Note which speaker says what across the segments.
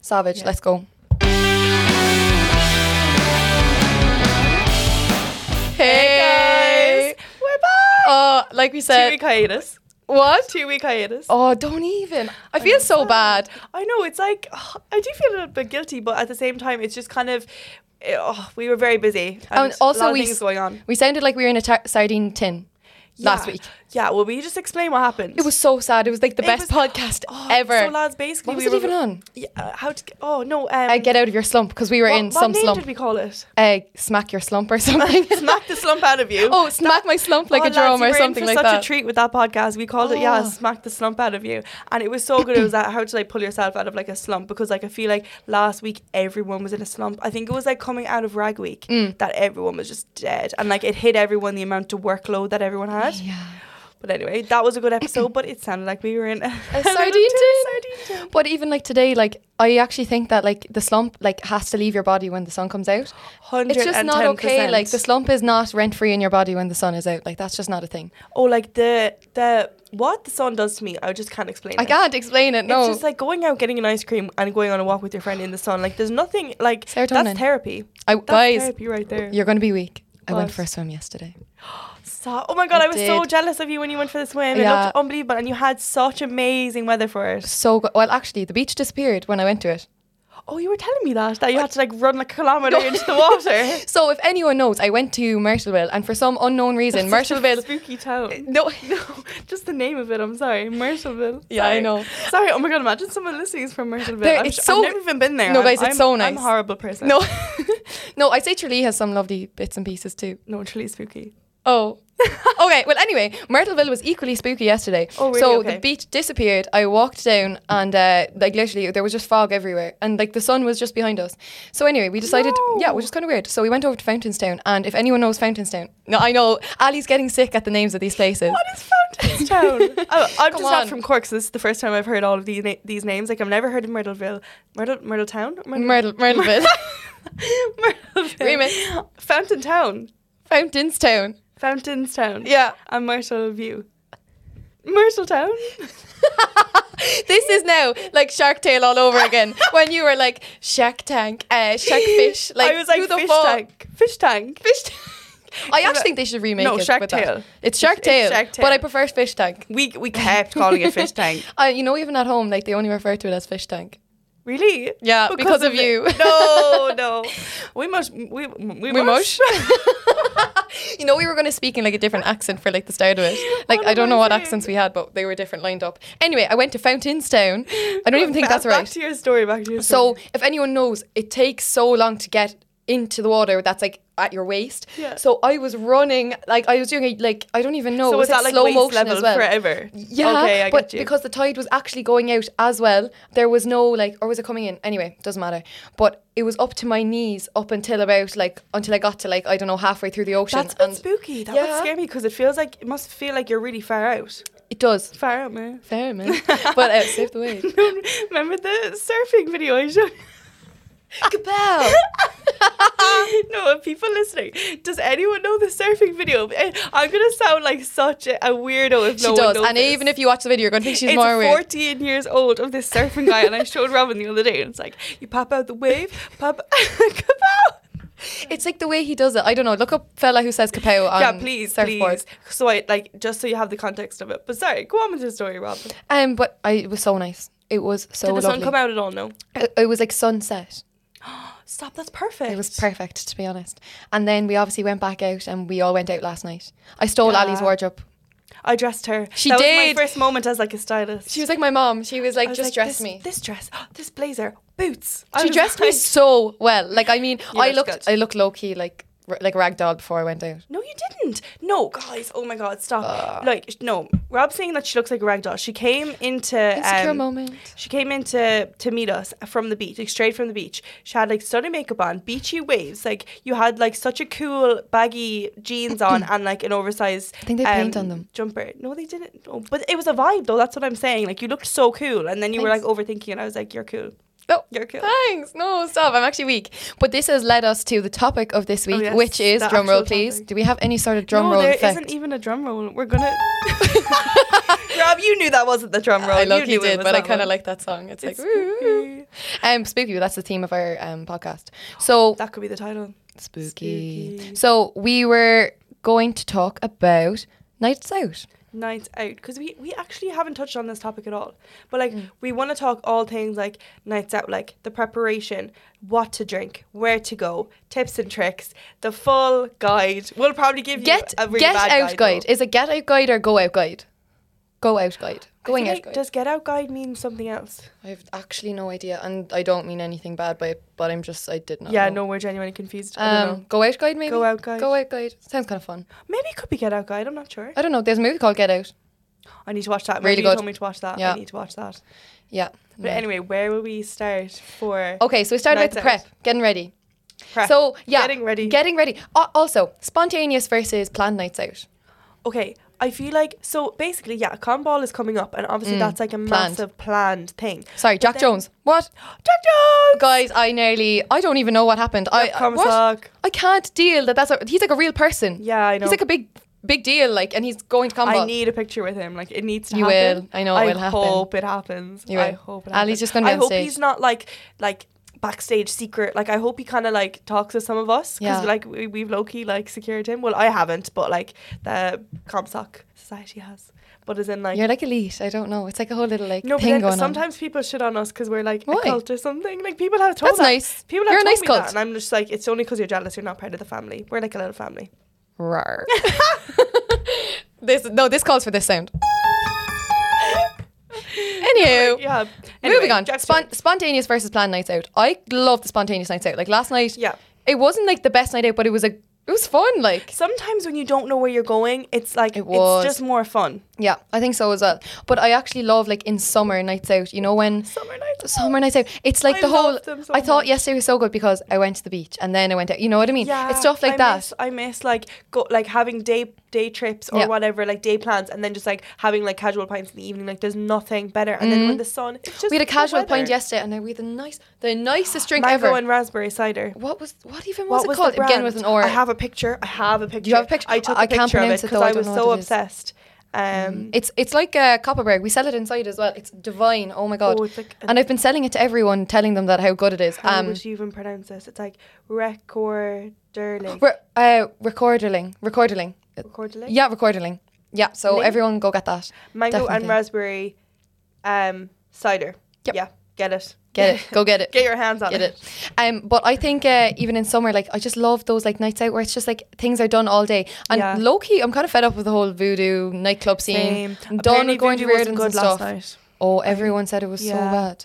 Speaker 1: Savage,
Speaker 2: Yeah.
Speaker 1: let's go. Hey, guys.
Speaker 2: We're back!
Speaker 1: Oh, like we
Speaker 2: Two
Speaker 1: said,
Speaker 2: week hiatus.
Speaker 1: what?
Speaker 2: Two week hiatus.
Speaker 1: Oh, don't even. I feel so bad.
Speaker 2: I know, it's like, ugh, I do feel a little bit guilty, but at the same time, it's just kind of, eh, ugh, we were very busy.
Speaker 1: And also
Speaker 2: a lot of
Speaker 1: we
Speaker 2: things
Speaker 1: s-
Speaker 2: going on.
Speaker 1: We sounded like we were in a ta- sardine tin last
Speaker 2: Yeah.
Speaker 1: week.
Speaker 2: Yeah, well, will you just explain what happened?
Speaker 1: It was so sad. It was like the
Speaker 2: It
Speaker 1: best
Speaker 2: was-
Speaker 1: podcast
Speaker 2: oh,
Speaker 1: ever.
Speaker 2: So, lads, basically,
Speaker 1: what was
Speaker 2: we
Speaker 1: it
Speaker 2: were,
Speaker 1: even on?
Speaker 2: Yeah, uh, how to, oh, no. Um,
Speaker 1: Uh, get out of your slump because we were
Speaker 2: what,
Speaker 1: in
Speaker 2: what
Speaker 1: some
Speaker 2: name
Speaker 1: slump.
Speaker 2: did we call it?
Speaker 1: uh, smack your slump or something.
Speaker 2: Smack the slump out of you.
Speaker 1: oh, smack my slump like
Speaker 2: Oh,
Speaker 1: a
Speaker 2: lads,
Speaker 1: drum
Speaker 2: you
Speaker 1: or
Speaker 2: were in
Speaker 1: something
Speaker 2: for
Speaker 1: like
Speaker 2: such
Speaker 1: that.
Speaker 2: a treat with that podcast. We called it, yeah,
Speaker 1: Oh.
Speaker 2: smack the slump out of you, and it was so good. It was that how to like pull yourself out of like a slump because like I feel like last week everyone was in a slump. I think it was like coming out of Rag Week
Speaker 1: Mm.
Speaker 2: that everyone was just dead, and like it hit everyone the amount of workload that everyone had.
Speaker 1: Yeah.
Speaker 2: But anyway, that was a good episode, but it sounded like we were in a,
Speaker 1: A
Speaker 2: little
Speaker 1: sardine
Speaker 2: tin, sardine tin.
Speaker 1: But even like today, like I actually think that like the slump like has to leave your body when the sun comes out. It's just not okay.
Speaker 2: 110%.
Speaker 1: Like the slump is not rent free in your body when the sun is out. Like that's just not a thing.
Speaker 2: oh, like the the what the sun does to me, I just can't explain.
Speaker 1: I
Speaker 2: it.
Speaker 1: can't explain it. No.
Speaker 2: It's just like going out, getting an ice cream, and going on a walk with your friend in the sun. Like, there's nothing like
Speaker 1: Serotonin.
Speaker 2: that's therapy.
Speaker 1: I,
Speaker 2: That's
Speaker 1: guys,
Speaker 2: therapy right there.
Speaker 1: you're gonna be weak. I went
Speaker 2: What?
Speaker 1: for a swim yesterday.
Speaker 2: Stop. Oh my god,
Speaker 1: I
Speaker 2: I, was so
Speaker 1: did.
Speaker 2: jealous of you when you went for the swim. It
Speaker 1: Yeah.
Speaker 2: looked unbelievable, and you had such amazing weather for it.
Speaker 1: So go- well, actually, the beach disappeared when I went to it.
Speaker 2: Oh, you were telling me that that you had to like run like a kilometer into the water.
Speaker 1: So if anyone knows, I went to Myrtleville, and for some unknown reason, Myrtleville.
Speaker 2: spooky town.
Speaker 1: No,
Speaker 2: No, just the name of it. I'm sorry, Myrtleville.
Speaker 1: Yeah, I
Speaker 2: Sorry.
Speaker 1: know.
Speaker 2: Sorry. Oh my god, imagine someone listening is from Myrtleville.
Speaker 1: There-
Speaker 2: I'm
Speaker 1: it's
Speaker 2: sh-
Speaker 1: so-
Speaker 2: I've never even been there.
Speaker 1: No,
Speaker 2: I'm-
Speaker 1: guys, it's
Speaker 2: I'm-
Speaker 1: so
Speaker 2: I'm a
Speaker 1: nice.
Speaker 2: horrible person.
Speaker 1: no, no. I say Tralee has some lovely bits and pieces too.
Speaker 2: no, it's really spooky.
Speaker 1: Oh. okay, well, anyway, Myrtleville was equally spooky yesterday.
Speaker 2: Oh, really?
Speaker 1: So
Speaker 2: Okay.
Speaker 1: the beach disappeared. I walked down and, uh, like, literally, there was just fog everywhere. And, like, the sun was just behind us. So, anyway, we decided, yeah,
Speaker 2: No.
Speaker 1: which is kind of weird. So, we went over to Fountainstown. And if anyone knows Fountainstown, no, I know Ali's getting sick at the names of these places.
Speaker 2: What is Fountainstown? oh, I'm
Speaker 1: Come
Speaker 2: just not
Speaker 1: on.
Speaker 2: from Cork, so this is the first time I've heard all of these, na- these names. Like, I've never heard of Myrtleville. Myrtle, Myrtle Town? Myrtle-
Speaker 1: Myrtle, Myrtleville.
Speaker 2: Myrtleville.
Speaker 1: Remix.
Speaker 2: Fountain Town.
Speaker 1: Fountainstown.
Speaker 2: Fountainstown.
Speaker 1: Yeah.
Speaker 2: And Myrtle View. Myrtle Town?
Speaker 1: This is now like Shark Tale all over again. when you were like Shark Tank, uh, Shark Fish, like
Speaker 2: I was like,
Speaker 1: who the
Speaker 2: fish
Speaker 1: fuck?
Speaker 2: tank. Fish tank.
Speaker 1: Fish Tank. I
Speaker 2: Is
Speaker 1: actually
Speaker 2: that-
Speaker 1: think they should remake
Speaker 2: No,
Speaker 1: it.
Speaker 2: Shark
Speaker 1: with that.
Speaker 2: Tale.
Speaker 1: It's Shark
Speaker 2: It's
Speaker 1: Tale.
Speaker 2: Shark
Speaker 1: But I
Speaker 2: Tale.
Speaker 1: prefer Fish Tank.
Speaker 2: We, we kept calling it fish tank.
Speaker 1: Uh, you know, even at home, like they only refer to it as Fish Tank.
Speaker 2: Really?
Speaker 1: Yeah, because of
Speaker 2: the-
Speaker 1: you.
Speaker 2: No, no. We must. We, we,
Speaker 1: We mush.
Speaker 2: must.
Speaker 1: you know, we were going to speak in like a different accent for like the start of it. Like,
Speaker 2: What
Speaker 1: I don't
Speaker 2: am
Speaker 1: know
Speaker 2: I
Speaker 1: what
Speaker 2: saying?
Speaker 1: accents we had, but they were different lined up. Anyway, I went to Fountainstown. I don't even think
Speaker 2: Back-
Speaker 1: that's right.
Speaker 2: Back to your story. Back to your
Speaker 1: So
Speaker 2: story.
Speaker 1: if anyone knows, it takes so long to get into the water that's like at your waist.
Speaker 2: Yeah.
Speaker 1: So I was running like I was doing a, like I don't even know.
Speaker 2: so
Speaker 1: it was
Speaker 2: was that
Speaker 1: like
Speaker 2: like
Speaker 1: slow
Speaker 2: waist
Speaker 1: motion
Speaker 2: level
Speaker 1: as well.
Speaker 2: forever?
Speaker 1: Yeah,
Speaker 2: Okay, I
Speaker 1: but
Speaker 2: get you.
Speaker 1: because the tide was actually going out as well, there was no like, or was it coming in? Anyway, doesn't matter. But it was up to my knees up until about like until I got to like I don't know halfway through the ocean.
Speaker 2: That's a bit spooky. That would
Speaker 1: Yeah.
Speaker 2: scare me because it feels like it must feel like you're really far out.
Speaker 1: It does.
Speaker 2: Far out, man.
Speaker 1: Fair man, but uh, save the way.
Speaker 2: Remember the surfing video I showed?
Speaker 1: Cabell.
Speaker 2: no, people listening, does anyone know the surfing video? Eh, I'm gonna sound like such a, a weirdo if
Speaker 1: She
Speaker 2: no one
Speaker 1: does,
Speaker 2: knows.
Speaker 1: and even if you watch the video, you're gonna think she's
Speaker 2: it's
Speaker 1: more weird.
Speaker 2: 14 years old of this surfing guy, and I showed Robin the other day, and it's like you pop out the wave, pop, come out.
Speaker 1: It's like the way he does it. I don't know. Look up fella who says kapow on
Speaker 2: yeah, please,
Speaker 1: surfboards.
Speaker 2: please. So I like just so you have the context of it. But sorry, go on with your story, Robin.
Speaker 1: Um, but I, it was so nice. It was so
Speaker 2: Did the sun
Speaker 1: Oh, lovely. Uh,
Speaker 2: come out at all? No.
Speaker 1: It, it was like sunset.
Speaker 2: Stop. That's perfect.
Speaker 1: It was perfect, to be honest. And then we obviously went back out, and we all went out last night. I stole
Speaker 2: Yeah.
Speaker 1: Ali's wardrobe.
Speaker 2: I dressed her.
Speaker 1: She
Speaker 2: that
Speaker 1: did.
Speaker 2: Was my first moment as like a stylist.
Speaker 1: She was like my mom. She was like,
Speaker 2: I was
Speaker 1: just
Speaker 2: like,
Speaker 1: dress
Speaker 2: this,
Speaker 1: me.
Speaker 2: This dress, this blazer, boots. I
Speaker 1: she
Speaker 2: was
Speaker 1: dressed me
Speaker 2: like-
Speaker 1: so well. Like I mean,
Speaker 2: You
Speaker 1: I
Speaker 2: looked
Speaker 1: looked,
Speaker 2: good.
Speaker 1: I looked low key like r- like ragdoll before I went out.
Speaker 2: No, you didn't. No, guys. Oh my God, stop. like, sh- no. Rob's saying that she looks like a rag doll. She came into
Speaker 1: Insecure
Speaker 2: um,
Speaker 1: moment.
Speaker 2: She came in to, to meet us from the beach, like straight from the beach. She had like stunning makeup on, beachy waves. Like you had like such a cool baggy jeans on and like an oversized. I
Speaker 1: think they had paint on them.
Speaker 2: Jumper. No, they didn't. No, but it was a vibe though. That's what I'm saying. Like you looked so cool, and then you were like
Speaker 1: Thanks.
Speaker 2: overthinking, and I was like, "You're cool."
Speaker 1: No,
Speaker 2: You're cool.
Speaker 1: Oh, Thanks. No, stop. I'm actually weak. But this has led us to the topic of this week,
Speaker 2: Oh, yes,
Speaker 1: which is
Speaker 2: the
Speaker 1: drum roll,
Speaker 2: actual
Speaker 1: please.
Speaker 2: topic.
Speaker 1: Do we have any sort of drum
Speaker 2: no,
Speaker 1: roll
Speaker 2: there
Speaker 1: effect?
Speaker 2: not even a drum roll. We're gonna. Rob, you knew that wasn't the drum roll.
Speaker 1: I
Speaker 2: You
Speaker 1: low key
Speaker 2: knew it
Speaker 1: did,
Speaker 2: was
Speaker 1: but I
Speaker 2: that
Speaker 1: kind of
Speaker 2: one.
Speaker 1: like that song. It's,
Speaker 2: It's
Speaker 1: like, woo.
Speaker 2: spooky.
Speaker 1: Um, spooky. That's the theme of our um, podcast. So
Speaker 2: That could be the title.
Speaker 1: spooky.
Speaker 2: Spooky.
Speaker 1: So we were going to talk about nights out.
Speaker 2: nights out because we, we actually haven't touched on this topic at all but like
Speaker 1: Mm.
Speaker 2: we want to talk all things like nights out like the preparation what to drink where to go tips and tricks the full guide we'll probably give
Speaker 1: Get
Speaker 2: you a really
Speaker 1: get
Speaker 2: bad
Speaker 1: out guide.
Speaker 2: guide, though.
Speaker 1: Is it get out guide or go out guide? Go out guide.
Speaker 2: I
Speaker 1: Going
Speaker 2: feel
Speaker 1: out
Speaker 2: like,
Speaker 1: guide.
Speaker 2: does get out guide mean something else
Speaker 1: I've actually no idea, and I don't mean anything bad by it, but I'm just I did not.
Speaker 2: yeah
Speaker 1: know.
Speaker 2: no we're genuinely confused I don't
Speaker 1: Um,
Speaker 2: know.
Speaker 1: go out guide maybe.
Speaker 2: Go Out Guide.
Speaker 1: Go out guide. Sounds kind of fun.
Speaker 2: maybe it could be get out guide i'm not sure
Speaker 1: I don't know. There's a movie called Get Out.
Speaker 2: i need to watch that
Speaker 1: Really
Speaker 2: really
Speaker 1: good.
Speaker 2: good told me to watch that
Speaker 1: Yeah.
Speaker 2: i need to watch that
Speaker 1: Yeah.
Speaker 2: but anyway where will we start for
Speaker 1: Okay, so we started with the prep,
Speaker 2: Nights
Speaker 1: getting ready.
Speaker 2: prep?
Speaker 1: Oh, So yeah,
Speaker 2: getting ready
Speaker 1: Getting ready. Al- also, spontaneous versus planned nights out.
Speaker 2: okay, I feel like so basically, yeah, con ball is coming up, and
Speaker 1: Mm,
Speaker 2: obviously that's like a massive planned thing.
Speaker 1: Sorry, Jack
Speaker 2: then-
Speaker 1: Jones. What?
Speaker 2: Dun-dun!
Speaker 1: Guys, I nearly. I don't even know what happened. I
Speaker 2: Yep,
Speaker 1: I-
Speaker 2: cum
Speaker 1: what?
Speaker 2: sock.
Speaker 1: I can't deal that. That's a, he's like a real person.
Speaker 2: Yeah, I know.
Speaker 1: He's like a big, big deal. Like, and he's going to combat.
Speaker 2: I need a picture with him. Like it needs to
Speaker 1: You
Speaker 2: happen.
Speaker 1: will. I know it
Speaker 2: I
Speaker 1: will happen.
Speaker 2: hope it happens.
Speaker 1: You
Speaker 2: I
Speaker 1: will.
Speaker 2: hope it happens.
Speaker 1: Ali's just gonna be
Speaker 2: I
Speaker 1: on
Speaker 2: hope
Speaker 1: stage.
Speaker 2: he's not like like backstage secret. Like I hope he kind of like talks to some of us
Speaker 1: Yeah.
Speaker 2: because like we, we've low key like secured him. Well, I haven't, but like the Comstock Society has. But as in like.
Speaker 1: You're like elite. I don't know. It's like a whole little like
Speaker 2: no, but
Speaker 1: thing
Speaker 2: then
Speaker 1: going on.
Speaker 2: sometimes people shit on us because we're like
Speaker 1: Why?
Speaker 2: a cult or something. Like people have told
Speaker 1: That's
Speaker 2: us.
Speaker 1: nice.
Speaker 2: People have
Speaker 1: You're a
Speaker 2: told
Speaker 1: nice
Speaker 2: me
Speaker 1: cult.
Speaker 2: that, and I'm just like, it's only because you're jealous. You're not part of the family. We're like a little family.
Speaker 1: Rar. this no, this calls for this sound. Anywho,
Speaker 2: yeah. Anyway,
Speaker 1: moving on.
Speaker 2: Jack
Speaker 1: Spon- spontaneous versus planned nights out. I love the spontaneous nights out. Like last night,
Speaker 2: Yeah.
Speaker 1: it wasn't like the best night out, but it was a it was fun. Like
Speaker 2: Sometimes when you don't know where you're going, it's like
Speaker 1: It was.
Speaker 2: it's just more fun.
Speaker 1: yeah, I think so as well. But I actually love like in summer nights out. You know when
Speaker 2: Summer nights.
Speaker 1: summer nights out. It's like
Speaker 2: I
Speaker 1: the whole.
Speaker 2: love them so
Speaker 1: I thought
Speaker 2: much.
Speaker 1: yesterday was so good because I went to the beach and then I went out. You know what I mean? it's stuff like
Speaker 2: I
Speaker 1: that.
Speaker 2: Miss, I miss like go like having day day trips or
Speaker 1: Yeah.
Speaker 2: whatever, like day plans, and then just like having like casual pints in the evening. Like there's nothing better. And then when the sun, it's just
Speaker 1: Mm. we had a
Speaker 2: the
Speaker 1: casual
Speaker 2: weather.
Speaker 1: pint yesterday, and we had the nice, the nicest drink
Speaker 2: Mango
Speaker 1: ever.
Speaker 2: and raspberry cider.
Speaker 1: What was what even was
Speaker 2: What
Speaker 1: it
Speaker 2: was
Speaker 1: called?
Speaker 2: the brand?
Speaker 1: Again with an or.
Speaker 2: I have a picture. I have a picture.
Speaker 1: have a picture?
Speaker 2: I took
Speaker 1: I
Speaker 2: a
Speaker 1: can't
Speaker 2: picture of
Speaker 1: pronounce
Speaker 2: it
Speaker 1: it,
Speaker 2: because
Speaker 1: though. I
Speaker 2: I
Speaker 1: don't
Speaker 2: was
Speaker 1: know
Speaker 2: so
Speaker 1: what it is.
Speaker 2: obsessed. Um,
Speaker 1: it's it's like uh, Copperberg. We sell it inside as well. It's divine. Oh my god!
Speaker 2: Oh, it's like a-
Speaker 1: and I've been selling it to everyone, telling them that how good it is.
Speaker 2: how
Speaker 1: um,
Speaker 2: would you even pronounce this? It's like recorderling.
Speaker 1: re- uh, recorderling, recorderling.
Speaker 2: recorderling.
Speaker 1: Yeah, recorderling. Yeah. So
Speaker 2: Ling?
Speaker 1: everyone go get that.
Speaker 2: mango
Speaker 1: Definitely.
Speaker 2: and raspberry um, cider.
Speaker 1: Yep.
Speaker 2: Yeah, get it.
Speaker 1: Get it. Go get it.
Speaker 2: Get your hands on
Speaker 1: Get it. Um, but I think uh, even in summer, like I just love those like nights out where it's just like things are done all day. And
Speaker 2: Yeah.
Speaker 1: low key, I'm kind of fed up with the whole voodoo nightclub scene.
Speaker 2: Same.
Speaker 1: I'm done
Speaker 2: Apparently
Speaker 1: with going to
Speaker 2: Voodoo
Speaker 1: weird
Speaker 2: wasn't
Speaker 1: and
Speaker 2: good
Speaker 1: stuff.
Speaker 2: last night.
Speaker 1: Oh, everyone said it was so
Speaker 2: Yeah.
Speaker 1: bad.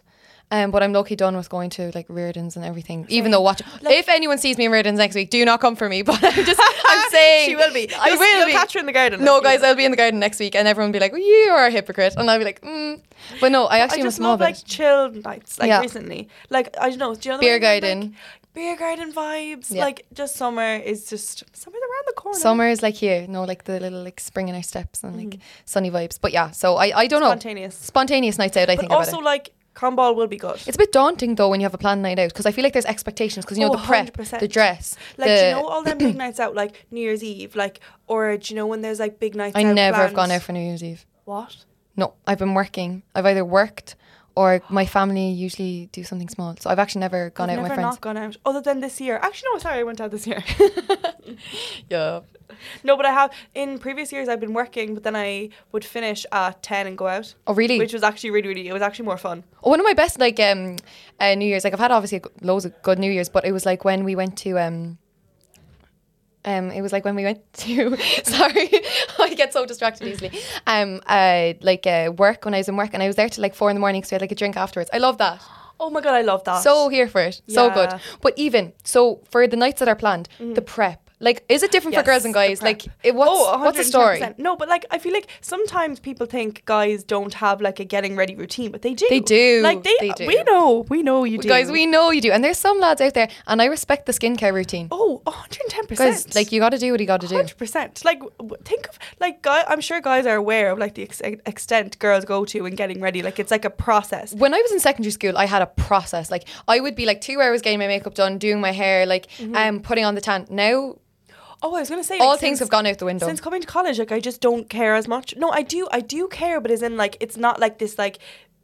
Speaker 1: Um, but I'm lucky done with going to like Reardon's and everything. Even though watch,
Speaker 2: Like-
Speaker 1: if anyone sees me in Reardon's next week, do not come for me. But I'm just, I'm saying
Speaker 2: she will be.
Speaker 1: I
Speaker 2: You'll-
Speaker 1: will
Speaker 2: you'll
Speaker 1: be.
Speaker 2: catch her in the garden.
Speaker 1: No,
Speaker 2: like, you
Speaker 1: guys,
Speaker 2: will.
Speaker 1: I'll be in the garden next week, and everyone will be like, "You are a hypocrite," and I'll be like, mm. "But no, I actually
Speaker 2: I
Speaker 1: must
Speaker 2: just
Speaker 1: love
Speaker 2: love
Speaker 1: it."
Speaker 2: like chill nights, like
Speaker 1: Yeah.
Speaker 2: recently. Like I don't know. Do you know the
Speaker 1: Beer
Speaker 2: way when,
Speaker 1: garden.
Speaker 2: Like, beer garden vibes.
Speaker 1: Yeah.
Speaker 2: Like just summer is just summer's around the corner.
Speaker 1: Summer is like here, no, like the little like spring in our steps and like sunny vibes. But yeah, so I, I don't know.
Speaker 2: Mm-hmm. spontaneous.
Speaker 1: Spontaneous nights out, I
Speaker 2: But
Speaker 1: think
Speaker 2: also
Speaker 1: about it.
Speaker 2: like Comball will be good.
Speaker 1: It's a bit daunting though when you have a planned night out because I feel like there's expectations because you know
Speaker 2: Oh,
Speaker 1: the prep,
Speaker 2: 100%.
Speaker 1: the dress,
Speaker 2: Like,
Speaker 1: the,
Speaker 2: do you know all them big nights out, like New Year's Eve, like, or do you know when there's like big nights
Speaker 1: I
Speaker 2: out?
Speaker 1: never have
Speaker 2: planned?
Speaker 1: gone out for New Year's Eve.
Speaker 2: What?
Speaker 1: No, I've been working. I've either worked or my family usually do something small. So I've actually never gone
Speaker 2: I've
Speaker 1: out with
Speaker 2: never
Speaker 1: my friends.
Speaker 2: not gone out. Other than this year. Actually, no, sorry, I went out this year.
Speaker 1: Yeah.
Speaker 2: no, but I have. In previous years, I've been working, but then I would finish at 10 and go out.
Speaker 1: Oh, really?
Speaker 2: Which was actually really, really, it was actually more fun.
Speaker 1: One of my best like um uh, New Year's. Like I've had obviously g- loads of good New Year's, but it was like when we went to um um it was like when we went to sorry I get so distracted easily um uh like uh, work when I was in work and I was there till like four in the morning because we had like a drink afterwards. I love that.
Speaker 2: Oh my God, I love that.
Speaker 1: So here for it. So
Speaker 2: Yeah. Mm-hmm.
Speaker 1: good. But even so for the nights that are planned, the prep. Like, is it different for
Speaker 2: Yes,
Speaker 1: girls and
Speaker 2: the
Speaker 1: guys?
Speaker 2: prep.
Speaker 1: Like, it, what's
Speaker 2: Oh,
Speaker 1: what's the story?
Speaker 2: 110%. No, but like I feel like sometimes people think guys don't have like a getting ready routine, but they do.
Speaker 1: They do.
Speaker 2: Like they, uh,
Speaker 1: They do.
Speaker 2: we know, we know you do.
Speaker 1: Guys, we know you do, and there's some lads out there, and I respect the skincare routine.
Speaker 2: Oh, 110%.
Speaker 1: Guys, like you got to do what you got to do.
Speaker 2: Hundred percent. Like, w- think of like, guy. I'm sure guys are aware of like the ex- extent girls go to in getting ready. Like, it's like a process.
Speaker 1: When I was in secondary school, I had a process. Like I would be like two hours getting my makeup done, doing my hair, like
Speaker 2: Mm-hmm.
Speaker 1: um, putting on the tan. Now
Speaker 2: Oh, I was gonna say, like,
Speaker 1: all things
Speaker 2: since-
Speaker 1: have gone out the window.
Speaker 2: Since coming to college, like I just don't care as much. No, I do, I do care, but as in like it's not like this like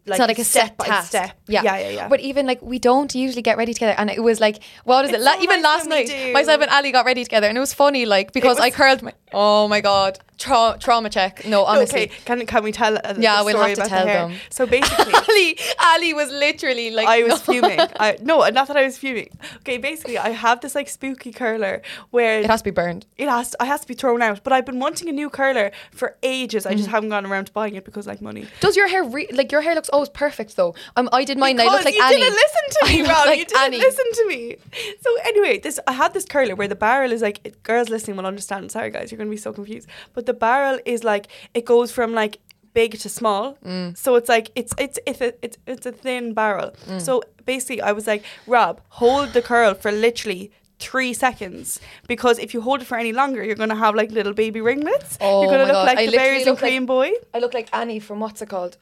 Speaker 2: like
Speaker 1: it's not like a
Speaker 2: step
Speaker 1: set
Speaker 2: by
Speaker 1: task.
Speaker 2: step.
Speaker 1: Yeah.
Speaker 2: yeah, yeah. yeah.
Speaker 1: But even like we don't usually get ready together, and it was like, what is it?
Speaker 2: It's
Speaker 1: La-
Speaker 2: so
Speaker 1: even
Speaker 2: nice
Speaker 1: last
Speaker 2: when we
Speaker 1: night,
Speaker 2: do.
Speaker 1: myself and Ali got ready together, and it was funny, like because I
Speaker 2: was-
Speaker 1: curled my. Oh my god, Trau- trauma check. No, honestly.
Speaker 2: okay, can can we tell? Uh,
Speaker 1: Yeah,
Speaker 2: the
Speaker 1: we'll
Speaker 2: story
Speaker 1: have to
Speaker 2: about the
Speaker 1: tell
Speaker 2: hair?
Speaker 1: them.
Speaker 2: So basically,
Speaker 1: Ali, Ali was literally like,
Speaker 2: I was
Speaker 1: no.
Speaker 2: fuming. I, no, not that I was fuming. Okay, basically, I have this like spooky curler where
Speaker 1: it has to be burned.
Speaker 2: it has to, I has to be thrown out. But I've been wanting a new curler for ages. I just
Speaker 1: Mm-hmm.
Speaker 2: haven't gone around to buying it because like money.
Speaker 1: Does your hair re- like your hair looks always perfect though? Um, I did mine. and I
Speaker 2: Because
Speaker 1: look like
Speaker 2: you
Speaker 1: Annie.
Speaker 2: didn't listen to
Speaker 1: I
Speaker 2: me,
Speaker 1: look
Speaker 2: Rob.
Speaker 1: like
Speaker 2: you didn't
Speaker 1: Annie.
Speaker 2: listen to me. So anyway, this I had this curler where the barrel is like it- girls listening will understand. Sorry guys, you're gonna be so confused. But the barrel is like it goes from like big to small.
Speaker 1: Mm.
Speaker 2: So it's like it's it's it's a, it's, it's a thin barrel.
Speaker 1: Mm.
Speaker 2: So basically, I was like, Rob, hold the curl for literally. Three seconds because if you hold it for any longer, you're gonna have like little baby ringlets.
Speaker 1: Oh
Speaker 2: you're gonna
Speaker 1: my God,
Speaker 2: look like
Speaker 1: I
Speaker 2: the
Speaker 1: literally
Speaker 2: berries and
Speaker 1: look like-
Speaker 2: cream boy.
Speaker 1: I look like Annie from what's it called?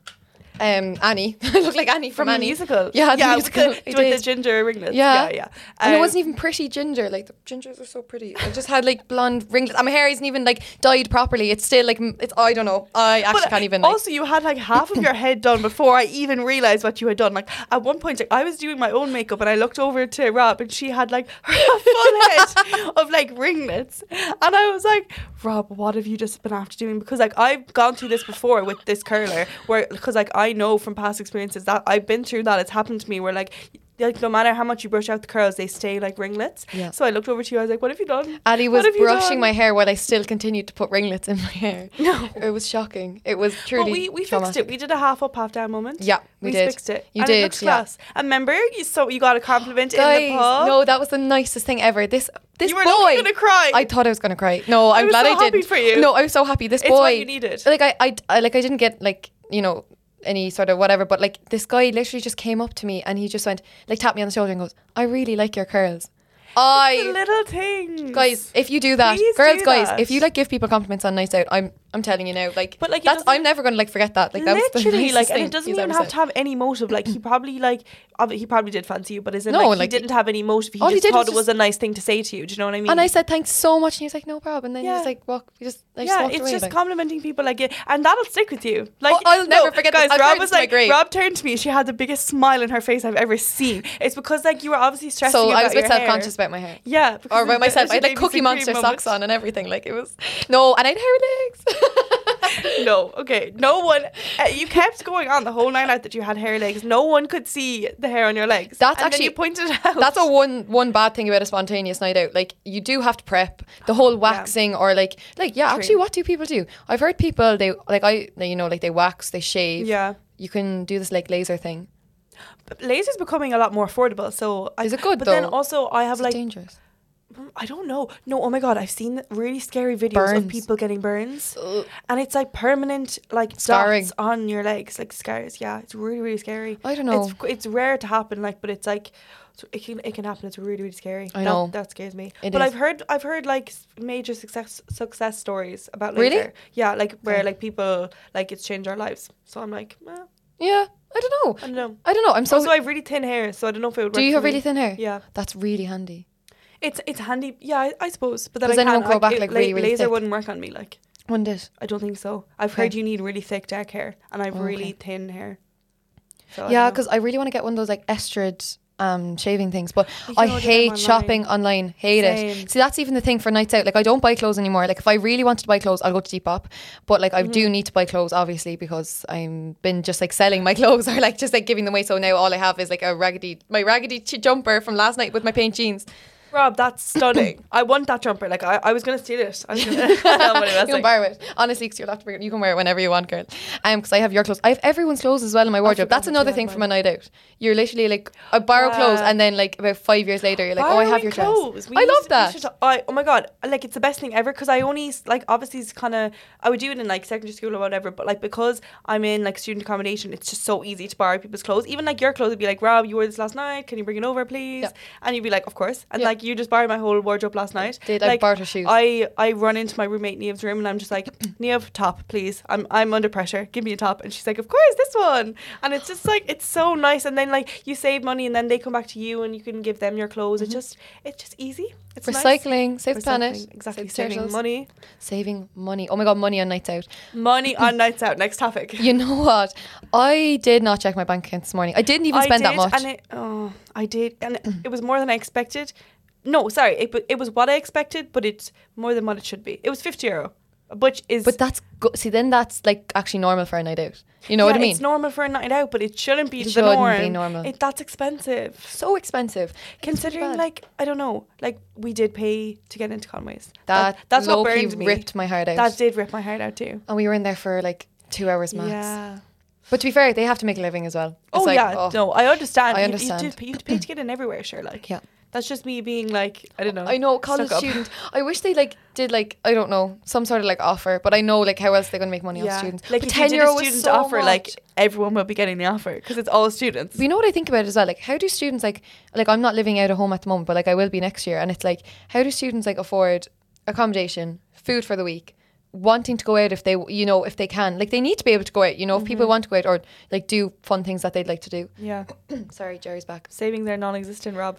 Speaker 1: Um, Annie. I look like Annie from,
Speaker 2: the
Speaker 1: Annie.
Speaker 2: musical.
Speaker 1: Yeah, the
Speaker 2: with
Speaker 1: musical.
Speaker 2: the,
Speaker 1: I
Speaker 2: with
Speaker 1: did.
Speaker 2: the ginger ringlets.
Speaker 1: Yeah.
Speaker 2: Yeah, yeah.
Speaker 1: and it
Speaker 2: Um,
Speaker 1: wasn't even pretty ginger. Like the gingers are so pretty. I just had like blonde ringlets. And my hair isn't even like dyed properly. It's still like m- it's. I don't know. I actually
Speaker 2: But
Speaker 1: can't even. Like,
Speaker 2: Also, you had like half of your head done before I even realized what you had done. Like at one point, like, I was doing my own makeup and I looked over to Rob and she had like her full head of like ringlets, and I was like, Rob, what have you just been after doing? Because like I've gone through this before with this curler, where because like I know from past experiences that I've been through that. It's happened to me where like. Like no matter how much you brush out the curls, they stay like ringlets.
Speaker 1: Yeah.
Speaker 2: So I looked over to you. I was like, "What have you done?"
Speaker 1: Ali
Speaker 2: What
Speaker 1: was
Speaker 2: have you
Speaker 1: brushing
Speaker 2: done?"
Speaker 1: my hair while I still continued to put ringlets in my hair.
Speaker 2: No.
Speaker 1: it was shocking. It was truly.
Speaker 2: But we, we fixed
Speaker 1: traumatic.
Speaker 2: it. We did a half up, half down moment.
Speaker 1: Yeah, we did.
Speaker 2: fixed it.
Speaker 1: You
Speaker 2: and
Speaker 1: did,
Speaker 2: It looks
Speaker 1: yeah.
Speaker 2: class. And remember, you, so you got a compliment in
Speaker 1: Guys,
Speaker 2: the pub.
Speaker 1: no, that was the nicest thing ever. This this
Speaker 2: You were
Speaker 1: boy,
Speaker 2: looking gonna cry.
Speaker 1: I thought I was gonna cry. No, I'm
Speaker 2: was
Speaker 1: glad
Speaker 2: so
Speaker 1: I didn't.
Speaker 2: happy for you.
Speaker 1: No, I was so happy. This
Speaker 2: It's
Speaker 1: boy,
Speaker 2: what you needed.
Speaker 1: Like I, I, I, like I didn't get like you know any sort of whatever, but like this guy literally just came up to me and he just went like tapped me on the shoulder and goes, "I really like your curls."
Speaker 2: The
Speaker 1: I
Speaker 2: little things.
Speaker 1: guys, if you do that,
Speaker 2: Please
Speaker 1: girls,
Speaker 2: do
Speaker 1: guys,
Speaker 2: that.
Speaker 1: if you like give people compliments on nights out, I'm, I'm telling you now, like,
Speaker 2: But, like, it
Speaker 1: that's
Speaker 2: doesn't-
Speaker 1: I'm never gonna like forget that. Like that was the
Speaker 2: literally
Speaker 1: nicest
Speaker 2: like and
Speaker 1: thing
Speaker 2: it doesn't
Speaker 1: he's
Speaker 2: even
Speaker 1: ever
Speaker 2: have
Speaker 1: said.
Speaker 2: to have any motive like he probably like ob- he probably did fancy you but as in
Speaker 1: No,
Speaker 2: like,
Speaker 1: like,
Speaker 2: he didn't have any motive he
Speaker 1: all
Speaker 2: just
Speaker 1: he did
Speaker 2: thought
Speaker 1: was
Speaker 2: it was
Speaker 1: just-
Speaker 2: a nice thing to say to you do you know what I mean
Speaker 1: And I said thanks so much, and he was like, "No problem." And then he
Speaker 2: Yeah.
Speaker 1: just like walk, he just like
Speaker 2: yeah,
Speaker 1: walked
Speaker 2: it's
Speaker 1: away,
Speaker 2: just
Speaker 1: like.
Speaker 2: complimenting people like it, and that'll stick with you. Like
Speaker 1: Oh, I'll never forget this.
Speaker 2: guys.
Speaker 1: I'll carry
Speaker 2: Rob
Speaker 1: this
Speaker 2: was
Speaker 1: to my
Speaker 2: like,
Speaker 1: grave.
Speaker 2: Rob turned to me. She had the biggest smile in her face I've ever seen. It's because like you were obviously stressing.
Speaker 1: so
Speaker 2: about
Speaker 1: I was a bit
Speaker 2: your hair.
Speaker 1: self-conscious about my hair
Speaker 2: Yeah,
Speaker 1: or
Speaker 2: because
Speaker 1: about
Speaker 2: it-
Speaker 1: myself
Speaker 2: it's
Speaker 1: I
Speaker 2: your
Speaker 1: had like
Speaker 2: babies
Speaker 1: cookie
Speaker 2: and
Speaker 1: monster
Speaker 2: cream
Speaker 1: socks
Speaker 2: moment.
Speaker 1: on and everything like it was no and I had hair legs
Speaker 2: No, okay. No one. Uh, you kept going on the whole night out that you had hair legs. No one could see the hair on your legs.
Speaker 1: That's
Speaker 2: and
Speaker 1: actually-
Speaker 2: then you pointed it out.
Speaker 1: that's a one one bad thing about a spontaneous night out like you do have to prep the whole waxing or like like yeah
Speaker 2: True.
Speaker 1: actually what do people do I've heard people they like I they, you know like they wax they shave
Speaker 2: yeah.
Speaker 1: you can do this like laser thing
Speaker 2: But laser's becoming a lot more affordable. So I-
Speaker 1: Is it good,
Speaker 2: But then
Speaker 1: though?
Speaker 2: also I have
Speaker 1: it's
Speaker 2: like
Speaker 1: dangerous
Speaker 2: I don't know. No, oh my god, I've seen really scary videos of
Speaker 1: Burns.
Speaker 2: people getting burns,
Speaker 1: Ugh.
Speaker 2: and it's like permanent like
Speaker 1: Scarring.
Speaker 2: dots on your legs, like scars. Yeah, it's really really scary.
Speaker 1: I don't know.
Speaker 2: It's it's rare to happen, like, but it's like so it can it can happen. It's really really scary.
Speaker 1: I
Speaker 2: that,
Speaker 1: know.
Speaker 2: that scares me.
Speaker 1: It
Speaker 2: but
Speaker 1: is.
Speaker 2: I've heard I've heard like s- major success success stories about
Speaker 1: Really?
Speaker 2: laser. Yeah, like where
Speaker 1: Okay.
Speaker 2: like people like it's changed our lives. So I'm like, eh,
Speaker 1: yeah I don't
Speaker 2: I
Speaker 1: know
Speaker 2: don't know.
Speaker 1: I don't know I'm so
Speaker 2: also, I have really thin hair, so I don't know if it would.
Speaker 1: do
Speaker 2: work
Speaker 1: you
Speaker 2: for
Speaker 1: have
Speaker 2: me.
Speaker 1: really thin hair
Speaker 2: Yeah.
Speaker 1: that's really handy
Speaker 2: It's it's handy, yeah, I, I suppose. But then,
Speaker 1: Does
Speaker 2: I
Speaker 1: then it
Speaker 2: can't,
Speaker 1: won't grow
Speaker 2: like,
Speaker 1: back,
Speaker 2: it-
Speaker 1: like,
Speaker 2: la-
Speaker 1: really, really
Speaker 2: Laser
Speaker 1: thick?
Speaker 2: wouldn't work on me. Like
Speaker 1: one did
Speaker 2: I don't think so. I've
Speaker 1: Okay.
Speaker 2: heard you need really thick dark hair, and I've
Speaker 1: Oh,
Speaker 2: really
Speaker 1: okay.
Speaker 2: thin hair. So Oh, I
Speaker 1: Yeah,
Speaker 2: don't know.
Speaker 1: because I really want to get one of those like Estrid um, shaving things, but
Speaker 2: You can
Speaker 1: I
Speaker 2: order them
Speaker 1: hate
Speaker 2: online.
Speaker 1: shopping online. Hate
Speaker 2: Same.
Speaker 1: it. See, that's even the thing for nights out. Like, I don't buy clothes anymore. Like, if I really wanted to buy clothes, I'll go to Depop, but like, I
Speaker 2: Mm-hmm.
Speaker 1: do need to buy clothes obviously because I'm been just like selling my clothes or like just like giving them away. So now all I have is like a raggedy my raggedy ch- jumper from last night with my paint jeans.
Speaker 2: Rob, that's stunning. I want that jumper. Like I, I was gonna steal it. I was gonna tell what
Speaker 1: you can borrow it. Honestly, because you'll have to bring it. You can wear it whenever you want, girl. Um, because I have your clothes. I have everyone's clothes as well in my wardrobe.
Speaker 2: forgot
Speaker 1: That's
Speaker 2: that you
Speaker 1: another
Speaker 2: had
Speaker 1: thing from a
Speaker 2: mine.
Speaker 1: night out. You're literally like, I borrow
Speaker 2: Yeah.
Speaker 1: clothes, and then like about five years later, you're like, oh, I have your dress. I love that.
Speaker 2: I, oh my god, like it's the best thing ever because I only s- like obviously it's kind of I would do it in like secondary school or whatever, but like because I'm in like student accommodation, it's just so easy to borrow people's clothes. Even like your clothes would be like, Rob, you wore this last night. Can you bring it over, please?
Speaker 1: Yeah.
Speaker 2: And you'd be like, of course. And
Speaker 1: Yeah.
Speaker 2: like you just borrowed my whole wardrobe last night.
Speaker 1: Did I
Speaker 2: like,
Speaker 1: borrowed her shoes.
Speaker 2: I I run into my roommate Neve's room and I'm just like, Neve, top, please. I'm I'm under pressure. Give me a top. And she's like, of course, this one. And it's just like it's so nice. And then like you save money and then they come back to you and you can give them your clothes. It's just it's just easy. It's nice.
Speaker 1: Mm-hmm. Recycling, save the planet.
Speaker 2: Recycling, Exactly.
Speaker 1: save
Speaker 2: Saving
Speaker 1: turtles,
Speaker 2: money.
Speaker 1: Saving money. Oh my god, money on nights out.
Speaker 2: Money on nights out. Next topic.
Speaker 1: You know what? I did not check my bank account this morning. I didn't even spend
Speaker 2: I
Speaker 1: that
Speaker 2: did,
Speaker 1: much.
Speaker 2: And it, oh, I did, and it, it was more than I expected. No, sorry, it, wa- it was what I expected, but it's more than what it should be. It was fifty euro, which is
Speaker 1: but that's good. See, then that's like actually normal for a night out. You know what I
Speaker 2: Yeah,
Speaker 1: mean?
Speaker 2: It's normal for a night out, but it shouldn't be
Speaker 1: It
Speaker 2: the
Speaker 1: shouldn't
Speaker 2: norm.
Speaker 1: be normal.
Speaker 2: It, that's expensive.
Speaker 1: so expensive.
Speaker 2: Considering,
Speaker 1: bad.
Speaker 2: like, I don't know, like we did pay to get into Conway's.
Speaker 1: That,
Speaker 2: that's what
Speaker 1: low-key
Speaker 2: burned me.
Speaker 1: ripped my heart out.
Speaker 2: That did rip my heart out too.
Speaker 1: and we were in there for like two hours max.
Speaker 2: Yeah.
Speaker 1: But to be fair, they have to make a living as well. It's
Speaker 2: Oh
Speaker 1: like,
Speaker 2: yeah. No, I understand.
Speaker 1: I
Speaker 2: You- You,
Speaker 1: understand.
Speaker 2: have to, you have to pay to get in everywhere, sure. Like,
Speaker 1: Yeah.
Speaker 2: That's just me being like, I don't know.
Speaker 1: I know college
Speaker 2: stuck up.
Speaker 1: student. I wish they like did like I don't know some sort of like offer, but I know like how else they're gonna make money off students.
Speaker 2: Like
Speaker 1: but
Speaker 2: if you did a
Speaker 1: €10 was
Speaker 2: student
Speaker 1: so
Speaker 2: offer, like
Speaker 1: much.
Speaker 2: everyone will be getting the offer because it's all students.
Speaker 1: But you know what I think about as well? Like, how do students like like I'm not living out of home at the moment, but like I will be next year, and it's like how do students like afford accommodation, food for the week, wanting to go out if they you know if they can, like they need to be able to go out. You know, if
Speaker 2: Mm-hmm.
Speaker 1: people want to go out or like do fun things that they'd like to do.
Speaker 2: yeah,
Speaker 1: Sorry, Jerry's back.
Speaker 2: savings are non-existent, Rob.